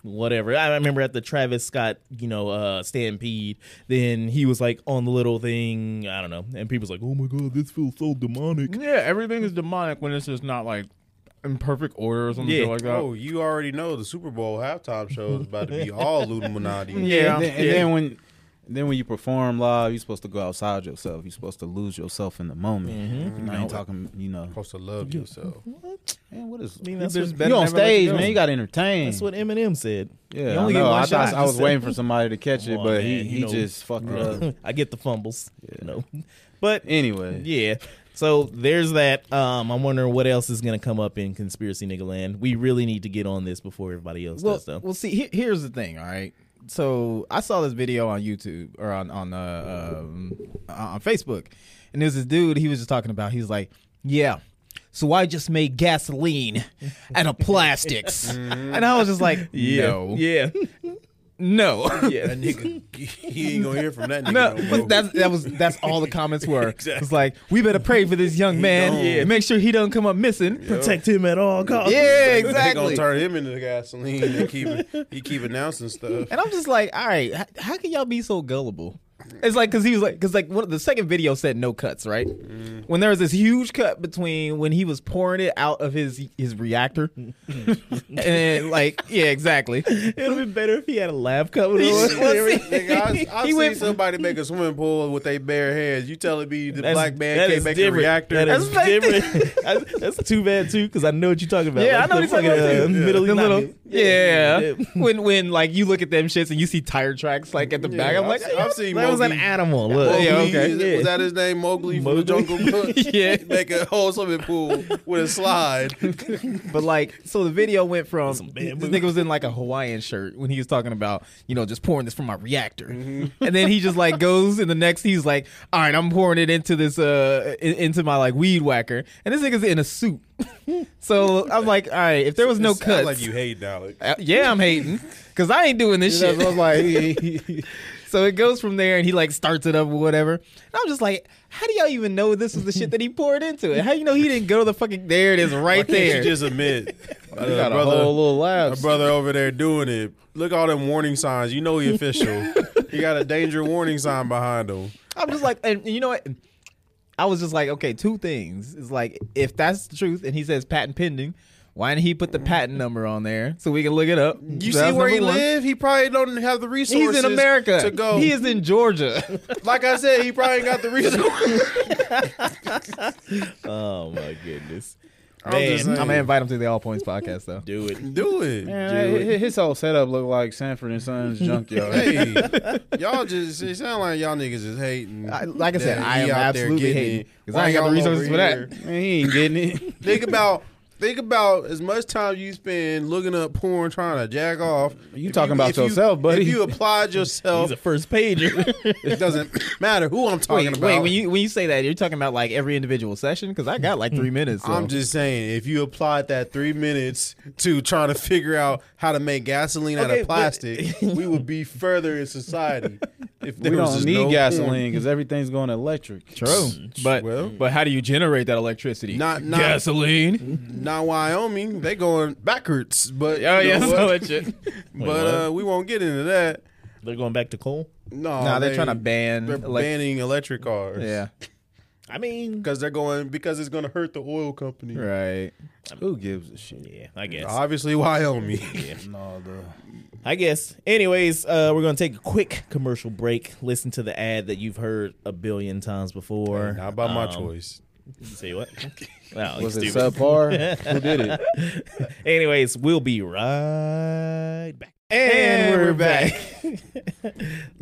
whatever, I remember at the Travis Scott, you know, uh, stampede, then he was like on the little thing, I don't know, and people's like, oh my god, this feels so demonic.
Mm.
Yeah, everything is demonic when it's just not like in perfect order or something
Yeah.
like that.
oh, you already know the Super Bowl halftime show is about to be all Illuminati.
Yeah.
And then, and
Yeah.
then when then when you perform live, you're supposed to go outside yourself. You're supposed to lose yourself in the moment. And I ain't talking, you know.
Supposed to love yourself.
Man, what is
I mean, that's
There's
what,
better-
you on
never let
stage,
you go.
man? You got to entertain.
that's what Eminem said.
yeah,
you only
I
get
know.
one
I,
shot.
thought- I was
Just-
waiting for somebody to catch it,
Come on,
but
man,
he,
you
he
know.
just fucked it up.
I get the fumbles, you know. But
Anyway,
yeah. So there's that. Um, I'm wondering what else is gonna come up in conspiracy nigga land. We really need to get on this before everybody else
well,
does though.
well, see, he- here's the thing. All right, so I saw this video on YouTube or on on uh, um, on Facebook, and there's this dude. He was just talking about. He's like, yeah. So I just made gasoline out of plastics, and I was just like, no,
Yeah.
no,
Yeah.
That nigga, he ain't gonna hear from that nigga.
No,
No,
but that's that was that's all the comments were. It's like we better pray for this young man.
don't.
Yeah. Make sure he don't come up missing.
Protect him at all costs.
Yeah,
They
exactly.
gonna turn him into gasoline and keep he keep announcing stuff.
And I'm just like, all right, how, how can y'all be so gullible? It's like because he was like because like one of the second video said no cuts right when there was this huge cut between when he was pouring it out of his his reactor and like yeah exactly
It would be better if he had a laugh cover on.
Nigga, I, I've
He
seen
went-
somebody make a swimming pool with their bare hands. You telling me the
That's-
black man
that
can't
is
make
different.
a reactor?
That is
That's like-
different. I- that's too bad too, because I know what you're talking about.
yeah I
Like
know what
the
he's talking
fucking,
about
uh,
too.
Middle
The little-
East-
yeah,
Yeah.
when when like you look at them shits and you see tire tracks like at the back
Yeah,
I'm like
I've seen- I've seen
that was an
Mowgli-
animal. Look,
Mowgli,
Yeah, okay.
is- Was that his name? Mowgli,
Mowgli?
from the Jungle Book.
Yeah.
make a whole swimming pool with a slide.
But like, so the video went from
Some
this
bamboo.
nigga was in like a Hawaiian shirt when he was talking about you know just pouring this from my reactor,
Mm-hmm.
and then he just like goes in the next he's like, all right, I'm pouring it into this uh in- into my like weed whacker, and this nigga's in a suit. so I'm like, all right, if there was no
It sound
cuts,
like you hate Alec.
uh, yeah, I'm hating because I ain't doing this shit.
That's what I was like, he- he- he-
so it goes from there, and he like starts it up or whatever. And I'm just like, how do y'all even know this was the shit that he poured into it? How you know he didn't go to the fucking? There it is, right
Can't
there.
you just admit, uh,
he got a
brother,
whole little
my
laugh.
brother over there doing it. Look all them warning signs. You know he official. he got a danger warning sign behind him.
I'm just like, and you know what? I was just like, okay, two things. It's like, if that's the truth, and he says patent pending, why didn't he put the patent number on there so we can look it up?
You
So that's
see where he
number one.
live? He probably don't have the resources.
He's in America.
to go.
He is in Georgia.
like I said. He probably ain't got the resources.
Oh my goodness.
I'm
Man,
just
I'm
saying,
gonna invite him to the All Points podcast though.
Do it.
do it.
Man,
Do it.
his- his whole setup looked like Sanford and Sons junkyard.
hey, y'all just it sound like y'all niggas is hating.
I- like I said,
that
I
he
am
out there
absolutely
getting
hating
it.
because
Why
I ain't got the
y'all
resources
over
for that.
here?
Man, he ain't getting it.
Think about think about as much time you spend looking up porn trying to jack off.
You
If
talking about
if
yourself, buddy.
If you applied yourself,
He's a first pager.
it doesn't matter who I'm talking
Wait,
about.
wait, when you when you say that, you're talking about like every individual session because I got like three minutes. so-
I'm just saying, if you applied that three minutes to trying to figure out how to make gasoline out
Okay,
of
but-
plastic, we would be further in society. If there
we
was
don't
just
need
no
gasoline because everything's going electric.
true, but
Well-
but how do you generate that electricity?
Porn. Not not
gasoline.
not Wyoming. They going backwards, but
Oh
you
yeah,
know
so
what?
that shit.
but uh, we won't get into that.
They're going back to coal.
No,
Nah, they're
they-
trying to ban.
Mm-hmm.
They're
elec-
banning electric cars.
Yeah,
I mean,
because they're going because it's going to hurt the oil company.
right.
Who gives a shit?
yeah, I guess.
Obviously, Wyoming.
No, the
I guess. Anyways, uh, we're gonna take a quick commercial break. Listen to the ad that you've heard a billion times before.
Not by my
Um,
choice.
Say what? Wow,
was it
stupid.
subpar? Who did it?
Anyways, we'll be right back. And,
we're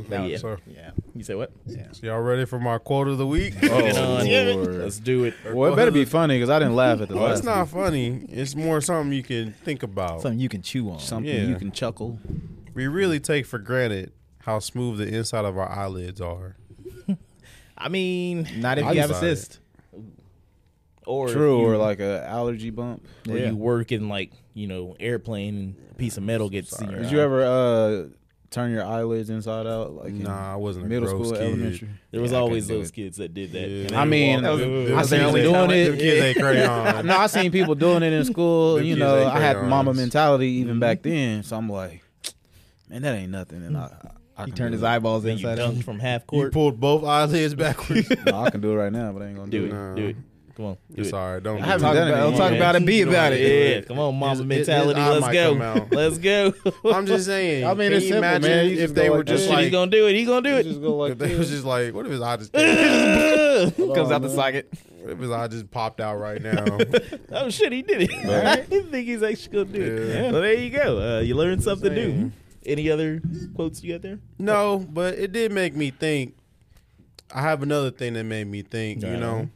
But yeah.
So,
yeah. You say what? Yeah.
so y'all ready for my quote of the week?
Oh, Lord.
Let's do it.
Well, it better be funny because I didn't laugh at the
Well,
last
it's not funny. It's more something you can think about.
Something you can chew on.
something
Yeah.
you can chuckle.
We really take for granted how smooth the inside of our eyelids are.
I mean,
Not if
I
you have a
decided.
cyst.
or
True,
you,
or like a allergy bump.
or you work in like you know airplane and a piece of metal gets in your.
Did
eye.
you ever uh, turn your eyelids inside out? Like in
Nah, I wasn't a
middle
gross
school,
kid.
elementary.
There was
Yeah, I
always
couldn't do
those
it.
kids that did that.
Yeah.
and they
I
would
mean,
walk
that
up.
I seen
Them
them
kids
doing
ain't-
it.
Them kids ain't crayon.
No, I seen people doing it in school.
Them
you
kids
know,
ain't Mm-hmm.
I had
crayons.
mama mentality even back then, so I'm like, man, that ain't nothing. And I, I
He
can
turned
do
his
it.
eyeballs
Then you
inside. out.
dunked from half
You
court.
pulled both eyelids backwards.
No, I can do it right now, but I ain't gonna do,
do it.
it.
Nah.
Do it. Come on. Do
it's
it.
all right. Don't
I haven't
Talk
do
done
it.
it
about, don't
anymore,
talk
man.
about it. Be
You know
about
it.
it.
Yeah, come on, mama
his- his
mentality.
eye
Let's
might come
go.
out.
Let's go.
I'm just saying.
I mean,
can
it's
you
simple,
imagine
man. You
if
just
they
go
were
like
just
this.
Shit, he's
like,
gonna do it. He's gonna do
You
it.
just go like
if they was
this.
just like, what if his eye just, what
Comes out the
man.
socket.
if his eye just popped out right now?
oh shit, he did it. I didn't think he's actually gonna do it.
Yeah.
So there you go. Uh, you learned something new.
saying.
Any other quotes you got there?
No, but it did make me think. I have another thing that made me think, you
Alright.
know.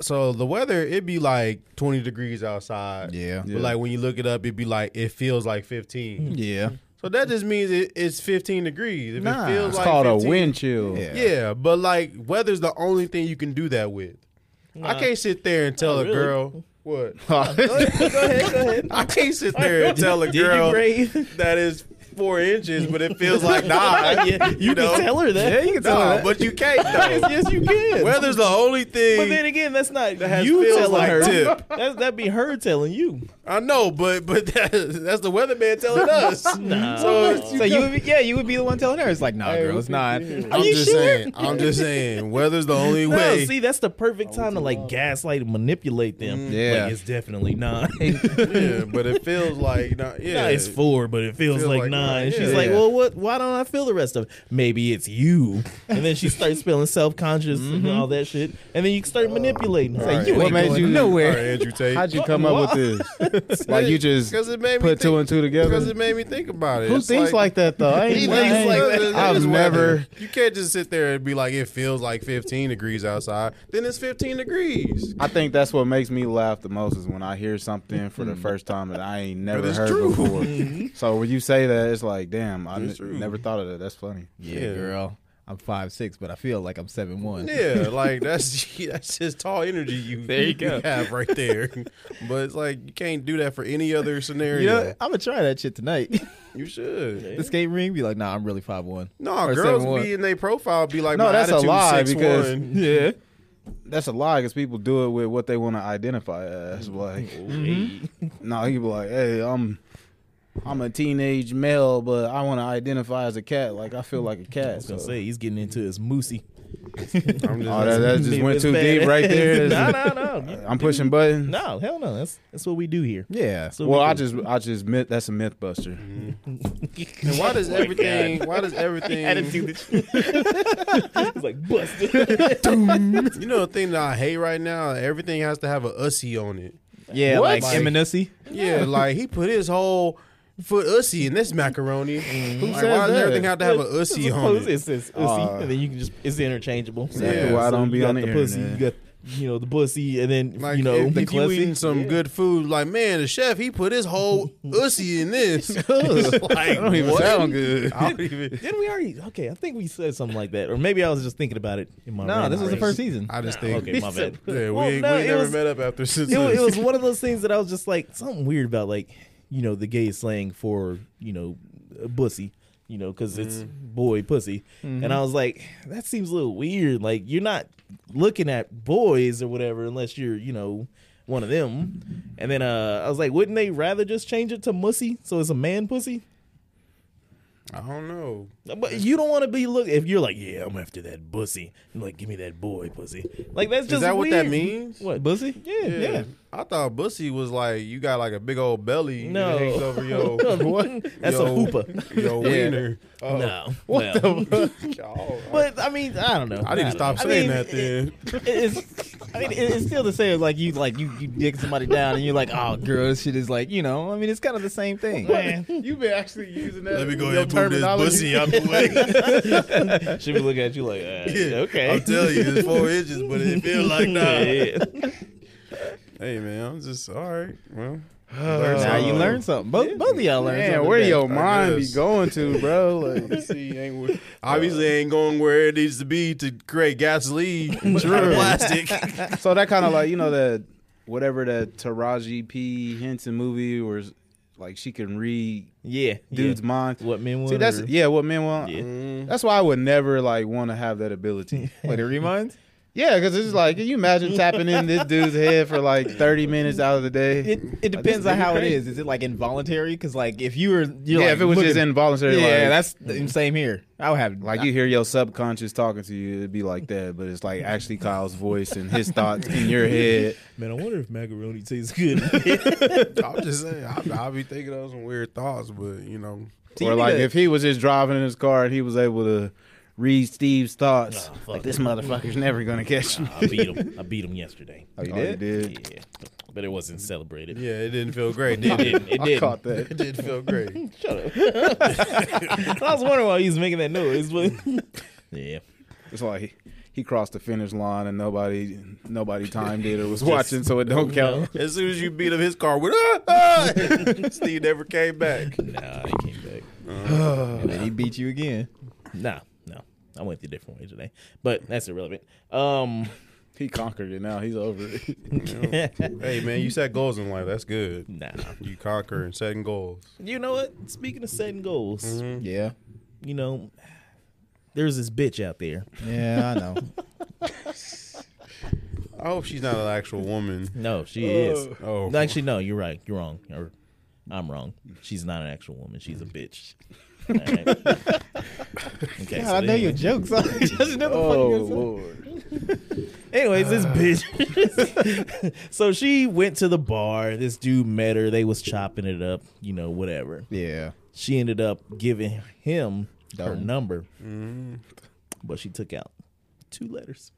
So the weather, it'd be like 20 degrees outside.
Yeah.
But
Yeah. Hmm.
like when you look it up, it'd be like, it feels like 15.
Yeah.
So that just means it, it's 15 degrees. If
Nah,
it feels
It's
like
called
15,
a wind chill.
Yeah.
Yeah, but like weather's the only thing you can do that with. I can't sit there and tell
Not
a
really.
girl what.
go ahead, go ahead.
I can't sit there and tell a
Did you
girl
grade?
that is four inches, but it feels like nine.
yeah, you, can
know?
tell her that.
Yeah, you can tell
Nah,
her that.
but you can't though.
yes, you can.
Weather's the only thing.
but then again, that's not
has
you
feels
telling
like
her.
tip.
That's, that'd be her telling you.
I know, but but that, that's the weatherman telling us. So it's-
So you would be, yeah, you would be the one telling her. It's like, nah, girl, it's not.
I'm
you
just
sure?
saying. I'm just saying. Weather's the only
No,
way. Mm.
see, that's the perfect time to like gaslight and manipulate them.
Yeah.
like, it's definitely nine.
yeah, but it feels like nah, yeah.
Nah, it's four, but it feels,
Feels
like,
like
nine.
nine,
She's
yeah.
like, well, what? Why don't I feel the rest of? it? Maybe it's you. And then she starts feeling self conscious
Mm-hmm.
and all that shit. And then you start manipulating her.
Alright.
you
What
ain't
made
going
you
nowhere.
All right,
nowhere?
Andrew Tate.
How'd you come up with this? like you just
Because it made me
put two
think-
and two together.
Because it made me think about it.
Who
It's
thinks like, that though? I
He
ain't, I
thinks
ain't-
like that. It
I've
is
never.
weather. You can't just sit there and be like, it feels like 15 degrees outside. Then it's 15 degrees.
I think that's what makes me laugh the most is when I hear something for the first time that I ain't never
Mm. it's
heard
true. Mm-hmm.
before. so when you say that, it's like, damn, I
It's
n-
true.
never thought of that. That's funny.
Yeah,
Yeah.
girl, I'm five six, but I feel like I'm seven one.
Yeah, like that's that's just tall energy you,
There you go.
have right there. But it's like you can't do that for any other scenario.
You know, I'm gonna try that shit tonight.
you should.
the skate ring, be like, nah, I'm really five one.
No,
Or
girls
7'1".
be in their profile be like,
No,
my
that's a
attitude's
lie
6'1".
because-
Yeah,
That's a lie because people do it with what they want to identify as. Like,
Mm-hmm.
no, you be like, hey, I'm. I'm a teenage male, but I want to identify as a cat. Like I feel like a
I
cat.
was gonna
so-
say he's getting into his moosey.
I'm just
Oh, that, that just went too
Bad.
deep right there.
no, no, no,
I'm pushing buttons.
no, hell no. That's that's what we do here.
Yeah.
So
well,
we
I
do.
just, I just myth. That's a myth buster.
And why does
Oh my God.
everything? Why does
I didn't do
everything?
this. it's like busted.
You know the thing that I hate right now. Everything has to have a ussy on it.
Yeah,
What?
like Eminussy.
Yeah, like he put his whole foot ussy in this macaroni. Who
says
Mm-hmm. why does
that?
everything have to have a
It's
ussy
supposed-
on it?
It says ussy,
Uh,
and then you can just it's interchangeable. So,
Exactly
why I don't
you
be
got
on the
pussy. You got
internet.
you know the pussy, and then
Like
you know
if,
the
if you
clissy.
eating some good food, like man, the chef he put his whole ussy in this. I
don't even sound good.
I don't even.
Didn't we already? Okay, I think we said something like that, or maybe I was just thinking about it in my.
No,
random
this was the
race.
first season.
I just think.
Okay, my bad.
Yeah, we,
Well,
ain't-
no,
we
it
ain't never
was-
met up after since.
it, wa-
then.
it was one of those things that I was just like something weird about like you know the gay slang for you know uh, pussy you know because it's
Mm-hmm.
boy pussy and I was like that seems a little weird like you're not looking at boys or whatever unless you're you know one of them and then uh I was like wouldn't they rather just change it to mussy so it's a man pussy
I don't know.
but you don't want to be look if you're like yeah I'm after that pussy I'm like give me that boy pussy like that's just
Is that what that
weird.
means?
what
Bussy?
yeah
Yeah.
yeah
I thought bussy was like you got like a big old belly. and it
No.
hangs over your
that's a
Yo.
hooper
your wiener. Oh,
No. What the
y'all.
But I mean, I don't know.
I need to stop
I
saying
mean,
that then.
It's, I mean, it- it's still the same. Like you, like you, you dick somebody down, and you're like, "Oh, girl, this shit is like, you know." I mean, it's kind of the same thing.
You've been actually using that.
Let me go ahead and move this pussy out the way.
She be looking at you like, uh,
Yeah,
okay.
I'm telling you, it's four inches, but it feels like that.
Yeah, yeah.
Hey man, I'm just all right. Well,
Now you learn something. Both, both of y'all learn
Man,
something.
where
today.
your
I
mind be
guess.
going to, bro? Like,
See, ain't where, obviously ain't going where it needs to be to create gasoline out of plastic.
so that kind of like you know that whatever that Taraji P Henson movie where like she can read
yeah,
dudes'
yeah.
minds.
What men want?
See, that's
or-
yeah, what men want.
Yeah.
Mm, That's why I would never like want to have that ability.
Wait, it reminds.
yeah, because it's like, can you imagine tapping in this dude's head for like thirty minutes out of the day?
It it depends on how it is. Is it like involuntary? Because like if you were,
yeah,
you're like,
if it was just
looking-
involuntary,
yeah,
like,
that's the same here. I would have
like you hear your subconscious talking to you, it'd be like that, but it's like actually Kyle's voice and his thoughts in your head.
Man, I wonder if macaroni tastes good.
I'm just saying, I, I'll be thinking of some weird thoughts, but you know,
See, you
or
need
like
to-
if he was just driving in his car and he was able to read Steve's thoughts,
Oh, fuck.
like this motherfucker's never gonna catch me.
I beat him. I beat him yesterday.
Oh, you
did?
Yeah, but it wasn't celebrated.
yeah, it didn't feel great.
It
Did it?
didn't. It
I
didn't.
caught
It
that.
didn't feel great.
I was wondering why he was making that noise, but yeah.
It's like he, he crossed the finish line and nobody nobody timed it or was watching, so it don't count.
As soon as you beat up his car with ah, ah, Steve never came back.
Nah, he came back.
and then he beat you again.
Nah, no, I went the different way today, but that's irrelevant. Um,
He conquered it. Now he's over it.
Hey man, you set goals in life. That's good.
nah.
You conquer and setting goals.
You know what? Speaking of setting goals,
Yeah,
you know, there's this bitch out there.
yeah, I know.
I hope she's not an actual woman.
No, she is.
Oh,
No, Actually, no, you're right. You're wrong. Or, I'm wrong. She's not an actual woman. She's a bitch. All right. Okay,
God,
so
I know
anyway-
your jokes. I just know the
oh
fuck you're
lord.
Anyways, this bitch. so she went to the bar. This dude met her. They was chopping it up. You know, whatever.
Yeah,
She ended up giving him her
Dumb.
number,
Mm.
but she took out two letters.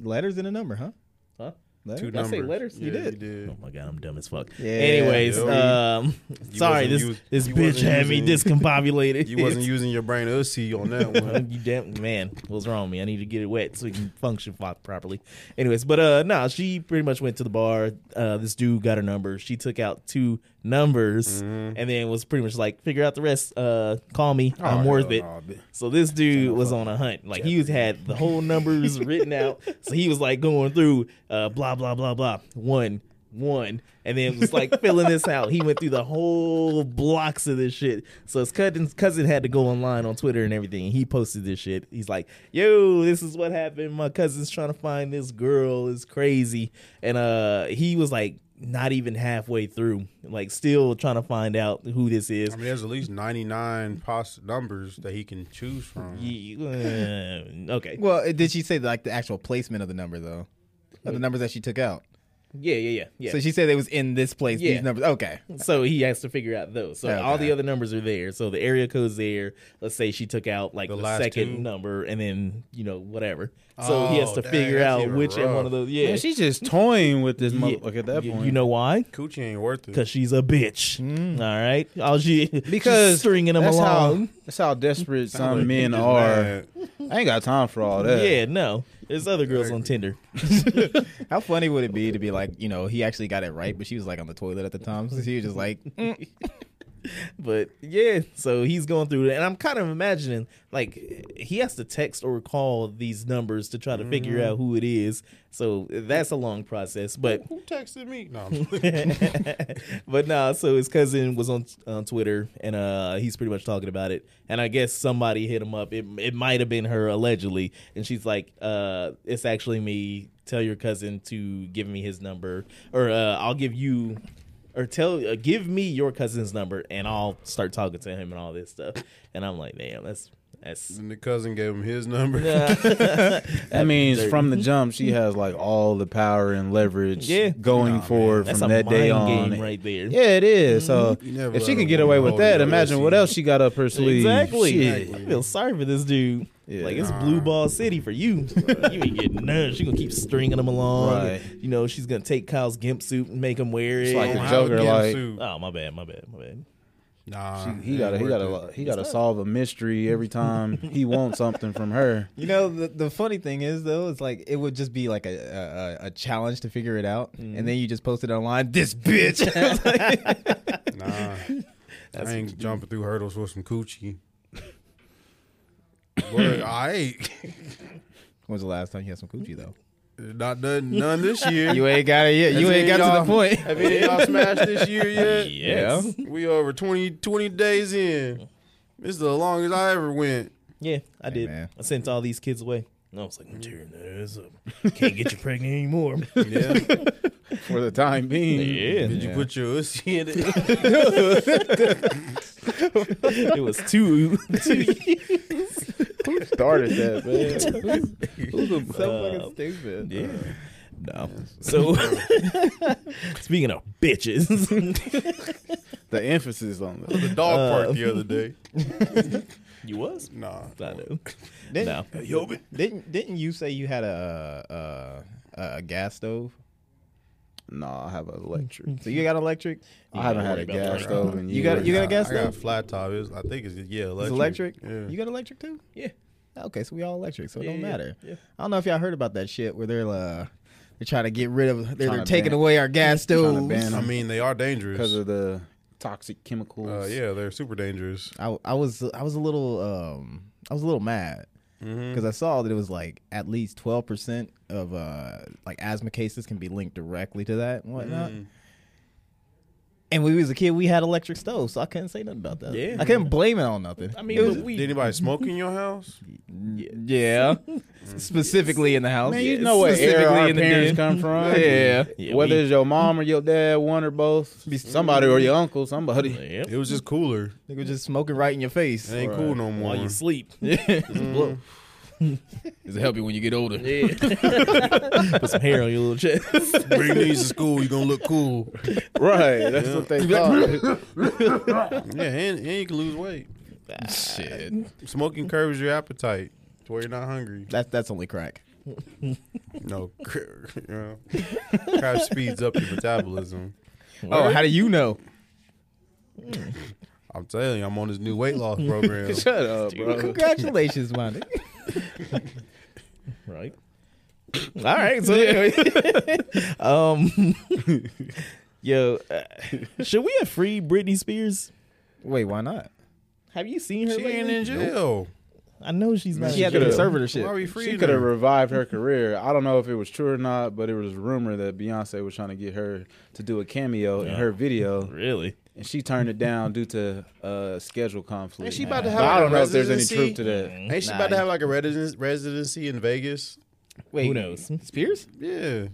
letters and a number, huh?
Huh?
Letters?
two
Did I say
numbers.
letters?
Yeah,
you did.
Oh my god, I'm dumb as fuck.
Yeah.
Anyways,
Yeah.
um, sorry
wasn't
this
use-
this
you
bitch
wasn't
had me
using-
discombobulated.
You wasn't using your brain to see on that one.
you damn man, what's wrong with me? I need to get it wet so we can function fo- properly. Anyways, but uh, no, she pretty much went to the bar. Uh, this dude got her number. She took out two numbers and then was pretty much like, figure out the rest. Uh, call me.
Oh,
I'm worth it. So this dude was on a hunt. Like he was had the whole numbers written out. So he was like going through uh blah blah blah blah. One, one, and then was like filling this out. He went through the whole blocks of this shit. So his cousin's cousin had to go online on Twitter and everything. And he posted this shit. He's like, Yo, this is what happened. My cousin's trying to find this girl. It's crazy. And uh he was like not even halfway through, like still trying to find out who this is.
I mean, there's at least 99 poss- numbers that he can choose from.
You- uh, okay.
Well, uh, did she say like the actual placement of the number though? Of the numbers that she took out.
Yeah, yeah, yeah, yeah.
So she said it was in this place.
Yeah.
These numbers. Okay.
So he has to figure out those. So all
Okay.
the other numbers are there. So the area code's there. Let's say she took out like
The
the,
last
second
two?
number, and then you know whatever. So he has
Oh,
to
dang,
figure
that's
out
even
which
rough.
one of those. Yeah,
Man, she's just toying with this
Yeah.
motherfucker at that
You-
point.
You know why?
Coochie ain't worth it.
Because she's a bitch. All right. All she
because
she's stringing them
that's
along.
How, that's how desperate
Like,
some men
just
are.
mad.
I ain't got time for all that.
yeah. No. There's other girls on Tinder.
How funny would it be to be like, you know, he actually got it right, but she was like on the toilet at the time, so she was just like, mm.
But yeah, so he's going through it, and I'm kind of imagining like he has to text or call these numbers to try to figure out who it is. So that's a long process, but
Who texted me? No, I'm
but nah, so his cousin was on on Twitter, and uh, he's pretty much talking about it. And I guess somebody hit him up. It it might have been her allegedly, and she's like, uh, "It's actually me. Tell your cousin to give me his number, or uh, I'll give you." Or tell, uh, give me your cousin's number, and I'll start talking to him and all this stuff. And I'm like, damn, that's that's.
and the cousin gave him his number.
That means
dirty. Mm-hmm.
from the jump, she has like all the power and leverage
Yeah.
going forward
That's
from
a
that day
mind
on.
game right Mm-hmm. there.
Yeah, it is. So
You never
if she
let
could
a
get away
woman
with
hold you
that,
to
imagine
that
what
seat.
else she got up her sleeve.
Exactly.
Shit.
I feel sorry for this dude.
Yeah.
Like it's blue ball city for you. you ain't getting none. She gonna keep stringing him along.
Right.
You know she's gonna take Kyle's gimp suit and make him wear it.
It's like
Don't
the
have
Joker,
a gimp
like- uh,
suit.
oh my bad, my bad, my bad.
Nah,
She- He
ain't
gotta, he
worth
gotta,
it.
he gotta solve a mystery every time he wants something from her.
you know, the, the funny thing is though, it's like it would just be like a a, a- a challenge to figure it out, and then you just post it online. This bitch.
Nah, I ain't jumping through hurdles with some coochie. Word, I ain't
when was the last time you had some coochie though?
not done none this year.
You ain't got it yet. You
Has
ain't
any
got to the
of y'all-
point.
Have any of y'all smashed this year yet?
Uh, Yes. Yeah.
We over 20, 20 days in. This is the longest I ever went.
Yeah, I did.
man.
I sent all these kids away. And I was like, I'm tearing their ass up. Can't get you pregnant anymore.
Yeah. Did
For the time being,
yeah.
you put your ussy in it?
It was two two
who started that, man?
so fucking stupid.
Yeah. No. So speaking of bitches.
The emphasis on that.
The dog park the other day.
you was?
Nah.
I know.
Didn't,
No.
Yo, but-
didn't didn't you say you had a uh, a, a gas stove?
No, I have an electric.
So you got electric?
I haven't
gotta
had a
worry about
gas
that.
stove in years.
You got- you got a
Nah,
gas
I got
stove?
flat top. It was, I think it's yeah,
It's
electric.
electric.
Yeah.
You got electric too?
Yeah.
Okay, so we all electric, so it
Yeah,
don't
yeah,
matter.
yeah.
I don't know if y'all heard about that shit where they're uh they're trying to get rid of they're,
Tryna
they're taking
ban-
away our gas
tryna
stoves.
ban
I mean, they are dangerous.
because of the toxic chemicals.
Uh, yeah, they're super dangerous.
I I was I was a little um I was a little mad
Mm-hmm.
because I saw that it was like at least twelve percent of uh like asthma cases can be linked directly to that and whatnot.
Mm-hmm.
And when we was a kid, we had electric stoves, so I couldn't say nothing about that.
Yeah.
I couldn't blame it on nothing.
I mean,
It was-
but we
Did anybody smoke in your house?
yeah, specifically in the house.
Man, you
Yeah,
know what era
specifically
our
in the
parents
den.
come from.
Yeah.
Yeah,
Whether
we-
it's your mom or your dad, one or both, somebody or your uncle, somebody.
Yep.
It was just cooler.
Nigga was just smoking right in your
It
face.
ain't cool no more.
While you sleep.
Does it help you when you get older?
Put some hair on your little chest.
Bring these to school, you gonna look cool.
Right. That's what they call it.
Yeah, and, and you can lose weight.
Shit.
Smoking curbs your appetite to where you're not hungry.
That's that's only crack.
No, cr- you know, crap speeds up your metabolism.
Oh, how do you know?
I'm telling you, I'm on this new weight loss program.
Shut up, bro.
Congratulations, my nigga.
Right. All right. So anyway, um, yo, uh, should we have free Britney Spears?
Wait, why not?
Have you seen her?
She ain't
lately?
in jail.
I know she's not.
She
in
had the
jail.
Why are
conservatorship.
we
She
free?
could have revived her career. I don't know if it was true or not, but it was rumor that Beyonce was trying to get her to do a cameo in her video,
Really?
and she turned it down due to uh, schedule conflict.
Ain't she about to
But
have
I
a
don't know if there's any
residency?
truth to that.
Ain't she about to have like a residence, residency in Vegas?
Wait,
Who knows?
Spears?
Yeah,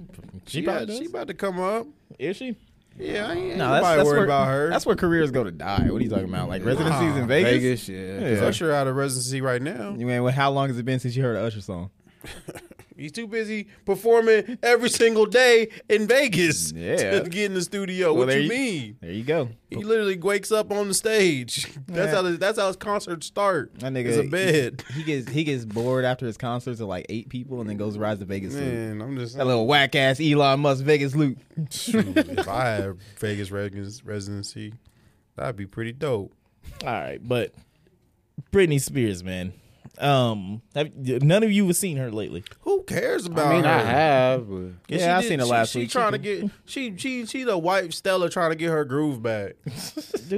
She
she
probably
about,
does.
she about to come up.
Is she?
Yeah, I ain't, ain't
No, that's,
nobody
that's
worried
where,
about her.
That's where careers go to die. What are you talking about? Like residencies in Vegas?
Vegas, yeah.
Yeah.
Usher out of residency right now.
You mean, well, how long has it been since you heard an Usher song?
He's too busy performing every single day in Vegas
Yeah.
to get in the studio.
Well,
what
there
you
you-
mean?
There you go.
He literally wakes up on the stage. That's
Yeah.
how the, that's how his concerts start.
That nigga
it's a bed.
He gets he gets bored after his concerts of like eight people and then goes rides to Vegas. loop.
Man, I'm just
That little whack ass Elon Musk Vegas loop.
if I had Vegas res- residency, that'd be pretty dope.
All right, but Britney Spears, man. Um, have, none of you have seen her lately.
Who cares about?
I mean,
her?
I have. But
And
Yeah, I
did-
seen her
she-
last
she
week. She
trying to get she she she the wife Stella trying to get her groove back.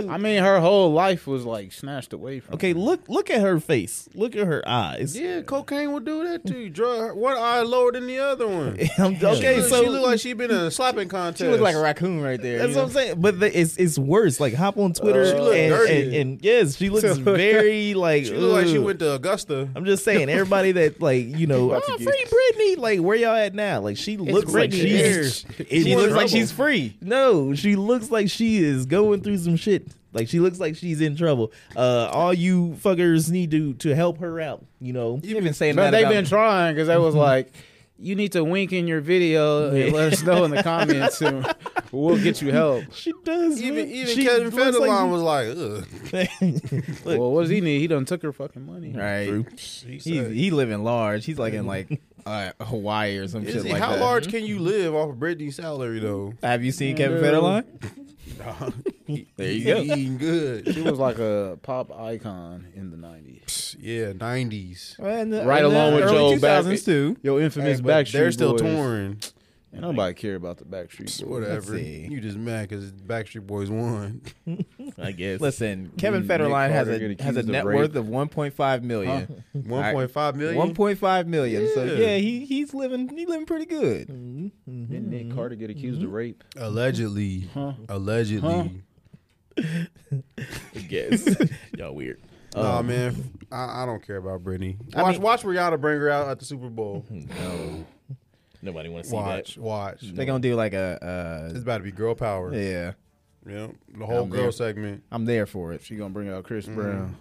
I mean, her whole life was like snatched away from.
Okay,
her.
look look at her face. Look at her eyes.
Yeah, cocaine will do that to you. Drug one eye lower than the other one.
I'm- Um, okay,
She look-
so
she look like she been in a slapping contest.
She looks like a raccoon right there.
that's
you
what
know?
I'm saying. But the, it's it's worse. Like hop on Twitter
Uh, she look
and,
dirty.
and, and yes, she looks very like.
She look like she
ugh.
went to Augusta.
I'm just saying, everybody that like you know, oh, free Britney. Like where y'all at now? Like she looks like
Britney.
she's.
She
in
looks like
trouble.
she's free.
No, she looks like she is going through some shit. Like she looks like she's in trouble. Uh, all you fuckers need to to help her out. You know,
You've been saying
But
that.
they've
about
been trying because they was like, you need to wink in your video and let us know in the comments, and we'll get you help.
she does.
Even
man.
even
she
Kevin
looks like
Federline was like, ugh.
she- Look,
Well, what does he need? He done took her fucking money.
right.
She
He's
said,
he living large. He's like in like uh, Hawaii or some
Is
shit
it-
like
how
that.
large can you live off of Britney's salary though?
Have you seen
Yeah,
Kevin
dude.
Federline?
there
you go.
Eating
He
good.
was like a pop icon in the '90s.
Yeah, nineties.
Right along with
early
Joe
2000s
Backstreet-
too.
Yo, infamous Backstreet
They're still
Boys.
touring.
Ain't nobody care about the Backstreet Boys.
Whatever.
see.
You just mad because Backstreet Boys won.
I guess.
Listen, Kevin
Nick
Federline has
Carter
a
get
has a
accused of
net
rape.
worth of 1.5 million.
One point five million.
1.5 million. So
Yeah.
yeah, he he's living he living pretty good.
Didn't Nick Carter get accused of rape?
Allegedly. Allegedly.
Huh?
I guess y'all weird.
Oh.
Nah, man, I, I don't care about Britney. Watch, watch Rihanna bring her out at the Super Bowl.
Nobody want to see
Watch, watch.
They're going to do like a
It's about to be girl power.
uh Mm-hmm. yeah,
Yeah, the whole
I'm
girl
there.
segment.
I'm there for it.
She gonna bring out Chris Brown.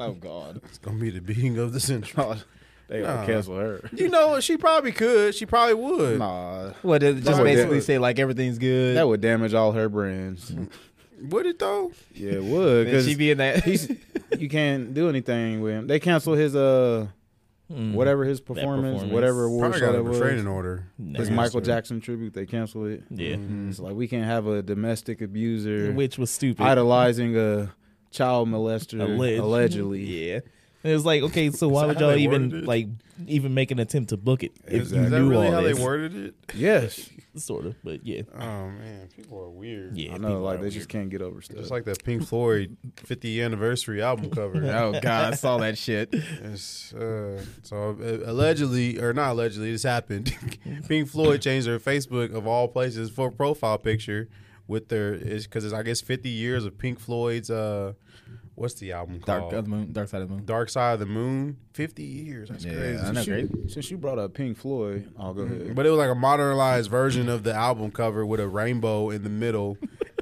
Oh god.
It's gonna be the beating of the century.
They gonna
Nah.
cancel her.
you know, what? she probably could. She probably would.
Nah,
Well, they just
would-
basically say like everything's good.
that would damage all her brands.
Would it though?
yeah, it
Then
would. Because
she be in that
he's you can't do anything with him. They canceled his uh
Mm. that.
whatever his performance,
performance.
whatever award
Probably
show
got
that
a
was.
restraining order.
No.
His
Yeah.
Michael Jackson tribute, they canceled it.
Yeah,
It's like we can't have a domestic abuser
which was stupid.
idolizing a child molester
Alleged.
allegedly.
Yeah. And it was like, okay, so why
that
would
how
y'all
they
even
worded it?
like even make an attempt to book it if
Is,
you
is that
knew
really
all
how
this?
they worded it?
Yes,
Sort of, but yeah,
Oh man, people are weird.
yeah.
I know.
people
Like
are
they
weird.
just can't get over stuff.
Just like that Pink Floyd 50th anniversary album cover.
Oh god, I saw that shit.
It's, uh, so uh, allegedly, or not allegedly, this happened. Pink Floyd changed their Facebook of all places for profile picture with their is because it's I guess 50 years of Pink Floyd's uh, what's the album
Dark
called?
of the moon, dark side of the moon.
Dark Side of the Moon. 50 years. That's crazy.
I know, great.
Since you brought up Pink Floyd, I'll go
Mm-hmm.
ahead.
But it was like a modernized version of the album cover with a rainbow in the middle.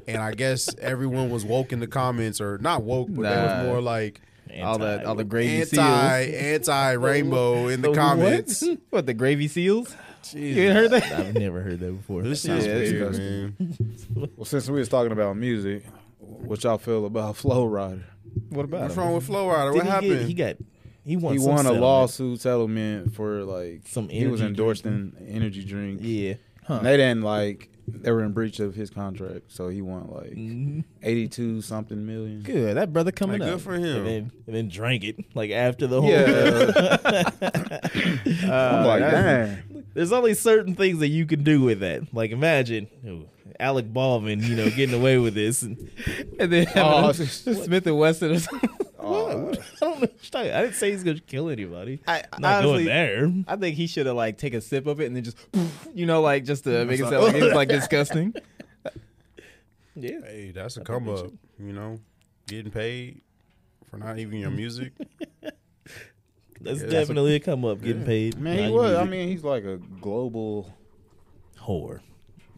and I guess everyone was woke in the comments, or not woke, but they
Nah.
was more like
All the
Anti-
all the gravy
anti
seals.
anti rainbow in the
What?
comments.
What? the gravy seals? You
Jesus.
ain't heard that?
I've never heard that before.
This sounds
Yeah, it's
weird,
disgusting.
man.
Well, since we was talking about music, what y'all feel about Flow Rider?
What about
What's
him?
wrong with Flow Rider?
Did
What
he
happened?
Get, he got he won.
He
some
won a
settlement.
lawsuit settlement for like
Some
he was
energy
endorsed in energy drink.
Yeah.
And They didn't like they were in breach of his contract, so he won like
Mm-hmm.
eighty two something million.
Good. That brother coming
Like,
up.
good for
And
him.
then and then drank it like after the whole.
Yeah, I'm like
Uh,
that's-
dang.
There's only certain things that you can do with that. Like imagine ooh, Alec Baldwin, you know, getting away with this. And,
and then having
Oh,
a- Smith and Wesson or something.
Oh,
I don't know. what you're talking- I didn't say he's gonna kill anybody.
I-
I'm not
honestly-
going there.
I think he should have like take a sip of it and then just, you know, like just to make it sound like it's like disgusting.
Yeah.
Hey, that's a come up. You know, getting paid for not even your music.
That's
Yeah, that's
definitely a come up getting paid.
Man,
Not
he
in
was. I
music.
mean, he's like a global.
whore.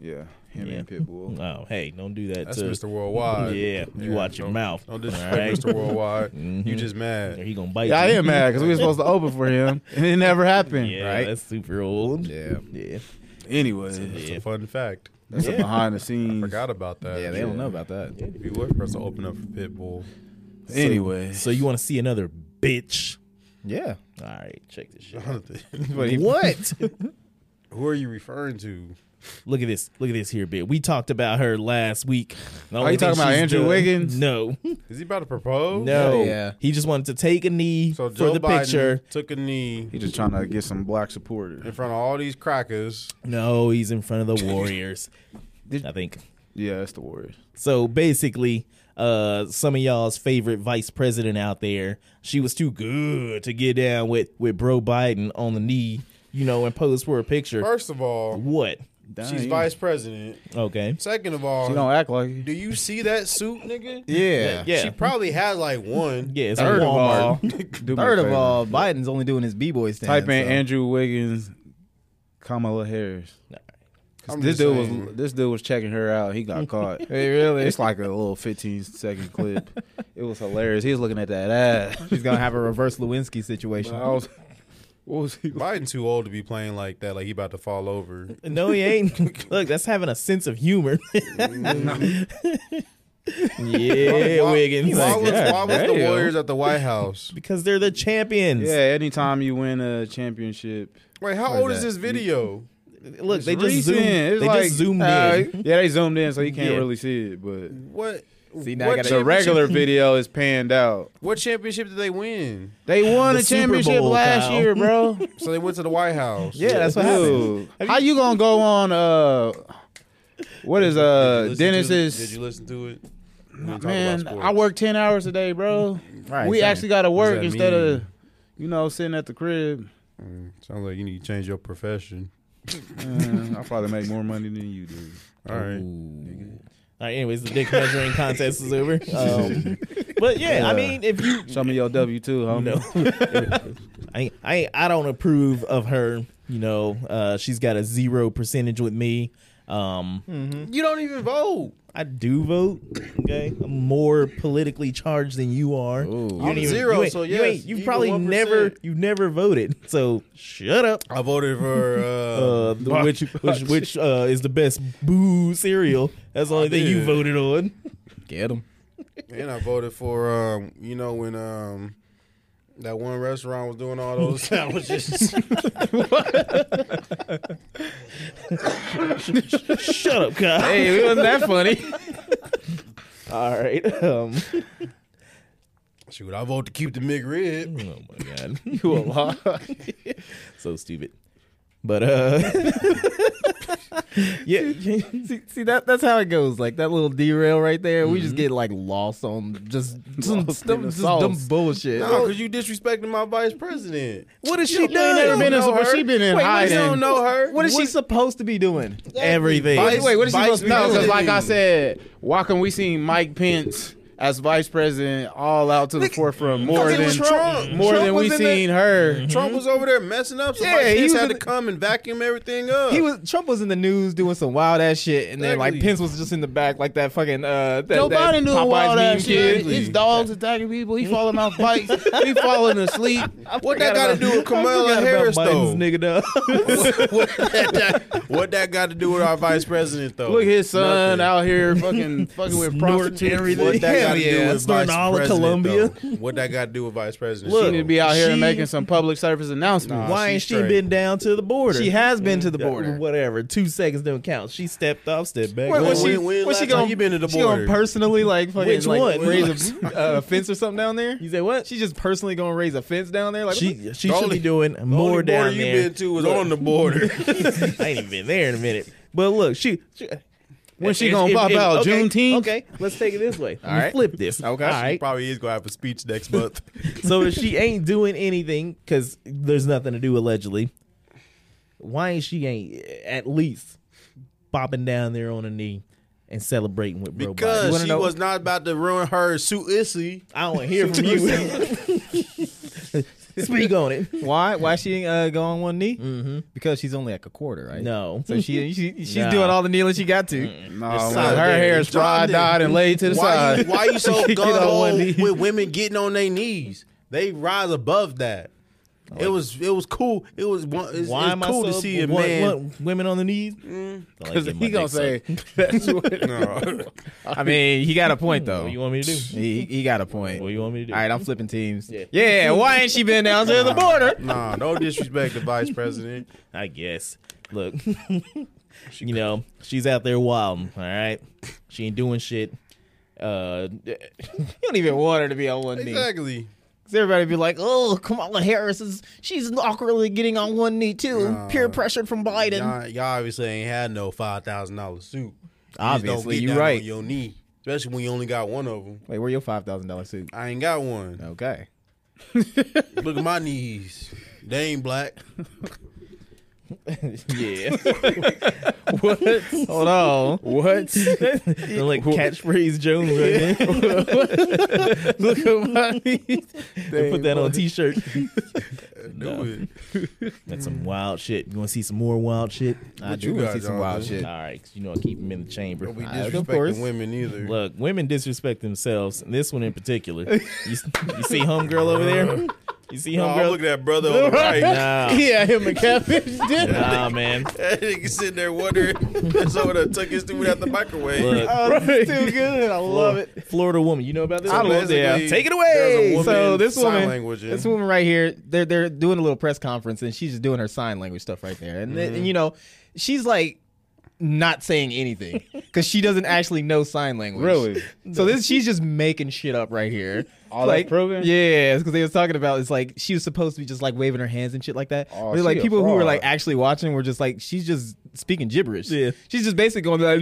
Yeah, him
Yeah.
and Pitbull.
Oh, hey, don't do that
That's
to
Mr. Worldwide.
Yeah, you watch your
don't-
mouth,
Don't disrespect
all right?
Mr. Worldwide. You just
Or
mad.
he gonna bite.
Yeah, I
you.
am mad because we were supposed to open for him, and it never happened.
Yeah,
right?
that's super old.
Yeah.
yeah.
Anyway,
That's
Yeah.
a fun fact.
that's a
Yeah.
behind the scenes.
Forgot about that.
Yeah, they don't know about that.
It'd be worth for us to open up for Pitbull.
Anyway,
So you want to see another bitch?
Yeah.
All right, check this shit.
Jonathan,
But he-
What?
Who are you referring to?
Look at this. Look at this here, bit. We talked about her last week. The
Are
only
you
thing
talking about
she's
Andrew
done-
Wiggins?
No,
Is he about to propose?
no.
yeah.
He just wanted to take a knee
So Joe
for the
Biden
picture.
took a knee
he just trying to get some black
in
supporters.
front of all these crackers.
No, he's in front of the Warriors.
Did-
I think.
Yeah, that's the Warriors.
So basically, uh, some of y'all's favorite vice president out there, she was too good to get down with with bro Biden on the knee, you know, and pose for a picture.
First of all,
What?
Dang,
she's
you-
vice president.
Okay.
Second of
She
all,
don't act like it.
do you see that suit, nigga?
Yeah.
Yeah.
She probably had like one.
Yeah. It's
Third
like
of
Walmart.
all,
Do me a
third of
favor.
all, Biden's only doing his b-boy uh, stand.
type in
so-
Andrew Wiggins, Kamala Harris. 'Cause
I'm
This
just
dude was
saying.
this dude was checking her out. He got caught.
Hey, really?
It's like a little 15 second clip. It was hilarious. He was looking at that ass.
She's gonna have a reverse Lewinsky situation.
I was, what was he?
Biden too old to be playing like that. Like he about to fall over.
No, he ain't. Look, that's having a sense of humor. yeah,
Why-
Wiggins.
Why, was,
"God
why was the
damn."
Warriors at the White House?
because they're the champions.
Yeah, anytime you win a championship,
Wait, how
What
old
is
is
that?
this video?
Look, they
It's
just
recent.
zoomed.
It's
They
like,
just zoomed
uh,
in.
Yeah, they zoomed in, so you can't
Yeah.
really see it. But
What?
See, now I
what
gotta-
the
championship-
regular video is panned out.
What championship did they win?
They won
The
a
Super
championship
Bowl,
last
Kyle.
year, bro.
So they went to the White House.
Yeah, that's what happened.
Dude, how you gonna go on? Uh, what is uh
Did you listen to it? Did
Dennis's?
you listen to it? We talk about
Man,
sports.
I work ten hours a day, bro.
Right,
we
same.
actually got to
that
work instead
mean?
of, you know, sitting at the crib.
Sounds like you need to change your profession.
Man, I probably make more money than you do.
All right.
All right, anyways, the dick measuring contest is over. Um, but yeah, I
Yeah.
mean, if you
Show me your W two, homie.
No. I I I don't approve of her. You know, uh, she's got a zero percentage with me. Um,
You don't even vote.
I do vote. Okay, I'm more politically charged than you are. You don't
I'm zero,
you ain't-
so
you
yes,
ain't, you've
even
probably
1%.
never you've never voted. So shut up.
I voted for uh,
Uh, the, which which which uh, is the best boo cereal? That's the only thing you
did.
voted on.
Get him.
and I voted for um, you know when um that one restaurant was doing all those sandwiches.
Shut up, Kyle.
Hey, it wasn't that funny.
All right. Um,
Shoot, I vote to keep the McRib.
oh my god.
you a lot.
so stupid. But uh Yeah.
see, see that that's how it goes. Like that little derail right there. We just get like lost on just some
Mm-hmm. Lost in
dumb,
the
just
sauce.
dumb bullshit.
No, because you disrespecting my vice president.
What has she
ain't never been in
know
or
her.
she been in
Wait, what
You
is-
hiding.
don't know her.
What is she supposed to be doing?
Everything.
Vice-
Wait, what is she
Vice
supposed to know? Because
president.
like I said, why can we see Mike Pence as vice president all out to the forefront more
Because it
than
was Trump.
more
Trump
than we
was in the-
seen her?
Trump was over there messing up. So
Yeah,
Mike
he
Pence
was
had
in
to
the-
come and vacuum everything up.
He was Trump was in the news doing some wild ass shit, and then like
Exactly.
Pence was just in the back like that fucking uh. That,
Joe
that
Biden doing
Popeyes
wild
meme
ass shit.
kid.
Exactly.
His dogs attacking people. He falling off bikes. he falling asleep.
what that got to do with Kamala Harris, though?
nigga
what, that, what that got to do with our vice president, though?
Look, his son
Nothing.
out here fucking fucking with prostitutes.
everything.
What that got
Hell
to
yeah,
do with
snorting
vice
all of
president?
Colombia.
though? What that got to do with vice president?
She need to be out here
She-
making some public service announcements.
Nah,
Why ain't
she's
she
straight.
been down to the border?
She has
Mm,
been to the
Yeah,
border.
Whatever. Two seconds don't count. She stepped off, stepped back.
What,
When-
was she?
when- when
was she
last time
going?
you been to the
she gonna
border?
personally like fucking
Which
like
one?
raise a uh, fence or something down there?
you say what?
She's just personally gonna raise a fence down there. Like
she she
The
should
only-
be doing more
Only border
down
you
there.
been to was on the border.
I ain't even been there in a minute. But look, she. she
When she
if-
gonna
if-
pop
if-
out?
okay,
Juneteenth?
Okay, let's take it this way. All
right.
flip this.
Okay.
all
She
right.
Probably is gonna have a speech next month.
So if she ain't doing anything because there's nothing to do allegedly, why ain't she ain't at least bopping down there on a knee and celebrating with bro? Biden?
Because
wanna
she
know-
was not about to ruin her suit issue.
I don't want to hear from you. Speak on it.
Why? Why she didn't uh, go on one knee? Mm-hmm. Because she's only like a quarter, right?
No.
So she, she she's
No.
doing all the kneeling she got to.
No,
It's
man,
solid
her
there.
hair is
John
fried,
did.
dyed, and laid to the
Why you,
side.
why you so
Get
gung
on one
ho
knee.
with women getting on their knees? They rise above that. It was it was cool. It was one. It's,
Why am
it's cool
I
to
so,
see a
what-
man.
what- women on the knees? Because
he gonna say that's what.
No.
I mean, he got a point though.
"What you want me to do?
he, he got a point.
What you want me to do?"
All right, I'm flipping teams.
Yeah.
Yeah, why ain't she been down to the border?
nah, no disrespect to Vice President.
I guess. Look, you know, she's out there wilding. All right, she ain't doing shit. Uh,
You don't even want her to be on one knee.
Exactly.
'Cause everybody be like, "Oh, Kamala Harris is she's awkwardly getting on one knee too,
Nah.
peer pressure from Biden."
Y'all, y'all obviously ain't had no five thousand dollar suit. Please don't
Obviously,
get
you
down
right.
On your knee, especially when you only got one of them.
Wait, where your five thousand dollar suit?
I ain't got one.
Okay.
Look at my knees. They ain't black.
yeah,
Hold on.
What?
They're like catchphrase Jones right there.
Look at my
They put that on a t-shirt.
Do it.
That's some wild shit. You want to see some more wild shit? I
you
do want
got,
to see some
dog?
wild shit.
All right, 'cause you know I keep them in the chamber.
Don't be
I-
of course.
disrespecting women either.
Look, women disrespect themselves, and this one in particular. You, you see homegirl over
Uh-huh.
there? You see
Oh,
homegirl?
look at that brother on the right.
nah,
Yeah, him and catfish dinner.
nah, man.
That nigga sitting there wondering if someone done took his food out the microwave.
Look,
Oh, this is too good. I love it.
Florida woman. You know about this?
So
I love
basically,
that.
Take it
there's a
away.
woman
So this
sign
woman-
language in.
This woman right here, they're they're doing a little press conference, and she's just doing her sign language stuff right there, and, and you know, she's like not saying anything because she doesn't actually know sign language.
Really?
So this she's just making shit up right here.
All that
like
proven?
Yeah, because they was talking about it's like she was supposed to be just like waving her hands and shit like that.
Oh,
but
she
like
a
people who were
fraud.
like actually watching were just like she's just speaking gibberish.
Yeah.
she's just basically going like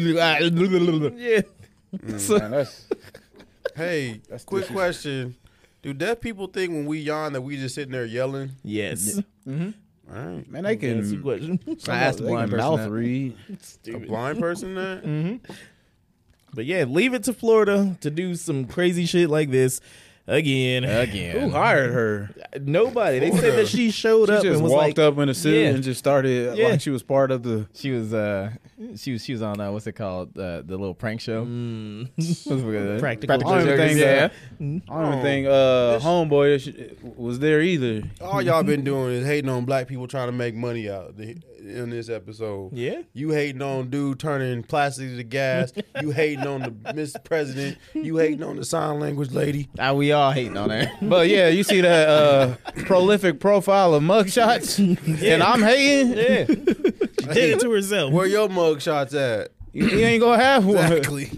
yeah. So-
Man, that's
hey, quick
disres-
question. Do deaf people think when we yawn that we just sitting there yelling?
Yes.
All right.
man. They
Can ask you a
can.
question.
I asked a
They
blind
can
person
mouth
that.
read.
A blind person that?
But yeah, leave it to Florida to do some crazy shit like this again.
Who
again.
hired her?
Nobody. They said
Florida.
that she showed
She
up
just
and was like,
walked up in a suit
Yeah.
and just started
Yeah.
like she was part of the.
She was uh she was she was on uh, what's it called uh, the little prank show.
Mm.
What's it called?
Practical
I don't even
jokers,
think,
yeah.
uh, I don't even
Oh.
think uh, homeboy sh- was there either.
All y'all been doing is hating on black people trying to make money out the- in this episode.
Yeah.
You hating on dude turning plastic to gas. you hating on the Mr. President. You hating on the sign language lady.
Ah, we all hating on her.
But yeah, you see that uh, prolific profile of mugshots, and I'm hating.
yeah. she did it to herself.
Where your mug shots at?
You, you ain't gonna have one.
Exactly.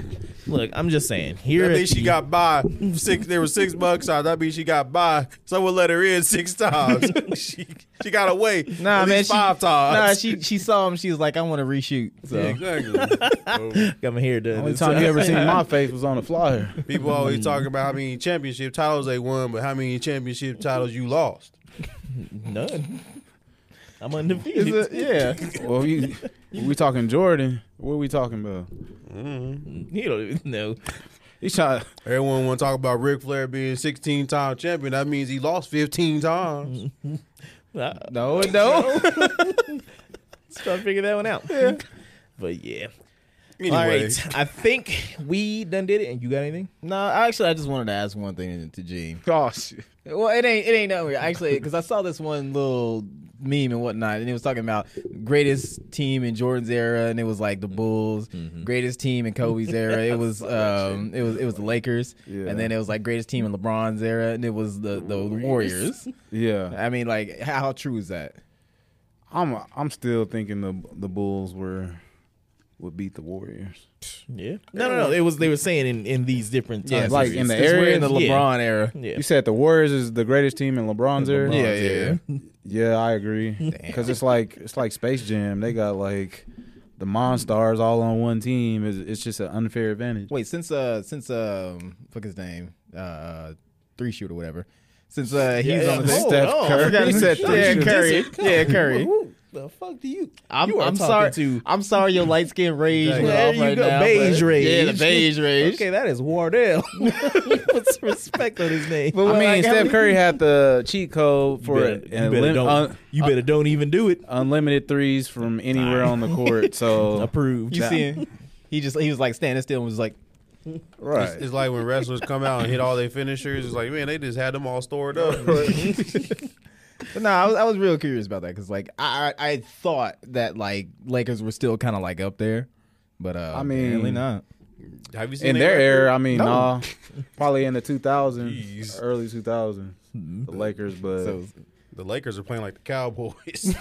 Look, I'm just saying.
That
Here at
means she
the-
got by six. There were six bucks out. That means she got by. Someone let her in six times. she she got away.
Nah,
at
man,
least
she-
five
nah,
times.
she she saw him. She was like, I want to reshoot.
Yeah,
So
exactly. So,
got my hair done.
Only
It's-
time you ever seen my face was on a flyer.
people always talking about how many championship titles they won, but how many championship titles you lost?
None. I'm
It's
undefeated.
a- yeah,
Well, you, we talking Jordan. What are we talking about?
You don't even know.
He try.
Everyone want to talk about Ric Flair being 16 time champion. That means he lost 15 times.
I,
no, no.
trying Uh, to figure that one out. But yeah.
Mm-hmm.
Anyway,
All right. I think we done did it. And you got anything?
no, actually, I just wanted to ask one thing to Gene.
Gosh,
Well, it ain't it ain't nothing weird. actually because I saw this one little meme and whatnot, and it was talking about greatest team in Jordan's era, and it was like the Bulls. Greatest team in Kobe's era, it was um, it was it was the Lakers,
Yeah.
and then it was like greatest team in LeBron's era, and it was the the Warriors.
yeah.
I mean, like, how true is that?
I'm I'm still thinking the the Bulls were would beat the Warriors.
Yeah. No, no, no. It was they were saying in, in these different times.
Yeah,
like in the
Since we're
area?
in the
Yeah.
LeBron era.
Yeah.
You said the Warriors is the greatest team in LeBron's era.
Yeah, yeah, yeah.
Yeah, I agree. Because it's like it's like Space Jam. They got like the Monstars all on one team. It's, it's just an unfair advantage.
Wait, since uh, since um, fuck his name, uh, three shoot or whatever. Since uh, he's
Yeah,
on the
hold
Steph
on.
Curry.
I forgot
He
to-
said
Yeah,
three
yeah,
shooters.
Curry, yeah, Curry.
Woo.
the fuck do you?
I'm-
you are
I'm
talking
sorry-
to. I'm sorry, your light skin rage
Exactly.
went
There
off
you
right
go,
now.
beige
but-
rage.
Yeah, the beige rage.
Okay, that is Wardell. Put some respect on his name.
But
I
when,
mean,
like, how
Steph
many-
Curry had the cheat code
you
for
better,
an
you better
lim-
don't,
un-
you better don't even do it.
unlimited threes from anywhere on the court. So
Approved.
You see him? He just he was like standing still and was like,
right,
It's, it's like when wrestlers come out and hit all their finishers. It's like, man, they just had them all stored up.
But no, I was, I was real curious about that because like I I I thought that like Lakers were still kind of like up there, but uh,
I mean-
Mm.
apparently not.
Have you seen
in their
record?
era, I mean,
No.
nah, probably in the 2000s,
Jeez. Mm-hmm.
early 2000s, the Lakers. But
So
The Lakers are playing like the Cowboys.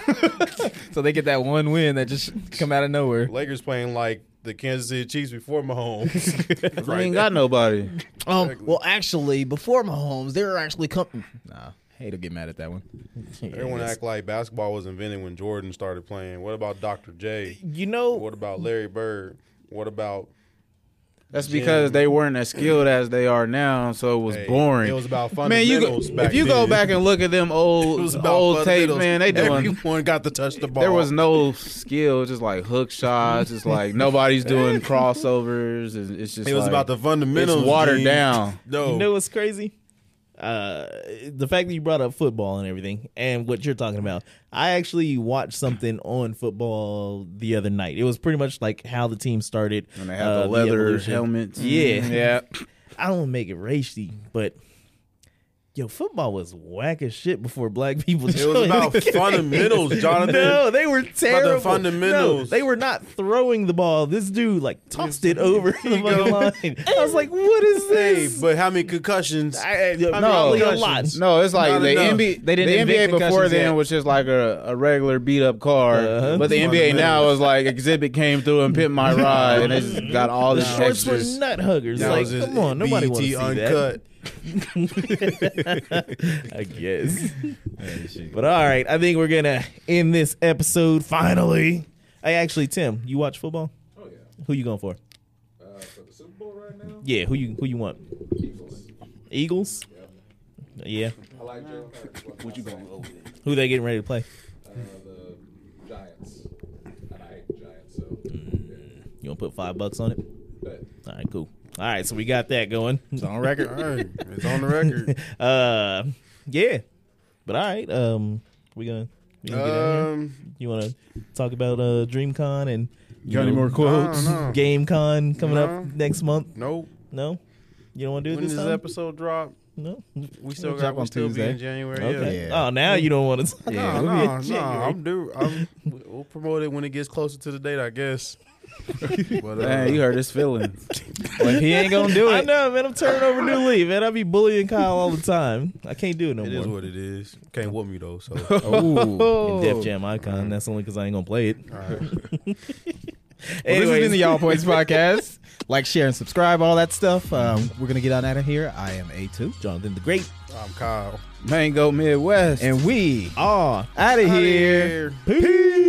so they get that one win that just come out of nowhere.
Lakers playing like the Kansas City Chiefs before Mahomes.
we ain't got nobody.
Um, well, actually, before Mahomes, they were actually coming. Nah, hate to get mad at that one.
Everyone act like basketball was invented when Jordan started playing. What about Dr. J?
You know,
What about Larry Bird? What about
That's because they weren't as skilled as they are now, so it was
Hey,
boring.
It was about
man, you go,
fundamentals. back
if you go
then.
back and look at them
it
old
was about
old tape,
fundamentals.
man, they doing.
Everyone got to touch the ball.
There was no skill, just like hook shots. It's like nobody's doing crossovers. It's, it's just
It was
like,
about the fundamentals.
it's watered
Gene.
down.
No,
you know what's crazy? Uh, the fact that you brought up football and everything, and what you're talking about. I actually watched something on football the other night. It was pretty much like how the team started.
And they have
uh,
the leather
evolution.
helmets.
Mm, Yeah.
Yeah,
I don't want to make it racy, but yo, football was whack as shit before black people.
it was about fundamentals, Jonathan.
No, they were terrible. No,
fundamentals.
they were not throwing the ball. This dude like tossed it over the
you go.
fucking line. I was like, "What is
Hey,
this?"
but how many concussions?
I, no,
No,
probably a lot.
No, it's like
Not
the
enough.
NBA.
They didn't
the
invent
NBA before
concussions
then
yet.
was just like a, a regular beat up car,
Uh-huh.
but the NBA now
Fundamentals.
is like Exhibit came through and pit my ride, and they just got all this
Shorts were
extras.
nut huggers.
That
Like,
was just
come on, nobody
BET
wants to see that.
E uncut.
I guess. but all right, I think we're gonna end this episode finally. Hey, actually, Tim, you watch football? Oh yeah. Who you going for? Yeah, who you who you want? Eagles. Yeah.
What you going over there?
Who they getting ready to play?
Uh, the Giants. And I hate the Giants, so. yeah.
You gonna put five bucks on it?
But
All right, cool. All right, so we got that going.
it's on record.
All right, it's on the record.
Uh, yeah. But all right, um, we gonna we gonna get out of here.
Um,
You want to talk about uh, DreamCon and you know,
quotes?
Hmm.
no.
GameCon coming
No.
up next month?
nope.
No, you don't want to do it
When
this
does this
time.
episode drop?
no.
We still
It'll
got.
drop
We
on
still be
Tuesday.
in January. Yeah.
Okay.
Yeah.
Oh, now you don't want to.
No,
Yeah,
It'll be in
no, no.
January.
I'm do. I'm, we'll promote it when it gets closer to the date, I guess. But uh,
Man, you hurt his feelings.
Well, if he ain't gonna do
I
it,
know, man. I'm turning over new leaf, man. I be bullying Kyle all the time. I can't do it no
it
more.
is what it is. Can't whoop me though. So
Ooh.
And Def Jam icon.
Mm.
That's only because I ain't gonna play it.
Oh.
all right.
Well, this has been
Anyways.
the Y'all Points podcast. Like, share, and subscribe, all that stuff. Um, we're gonna get on out of here. I am A two,
Jonathan the Great.
I'm Kyle.
Mango Midwest.
and we
Ah,
out of
Outta
here.
here.
peace.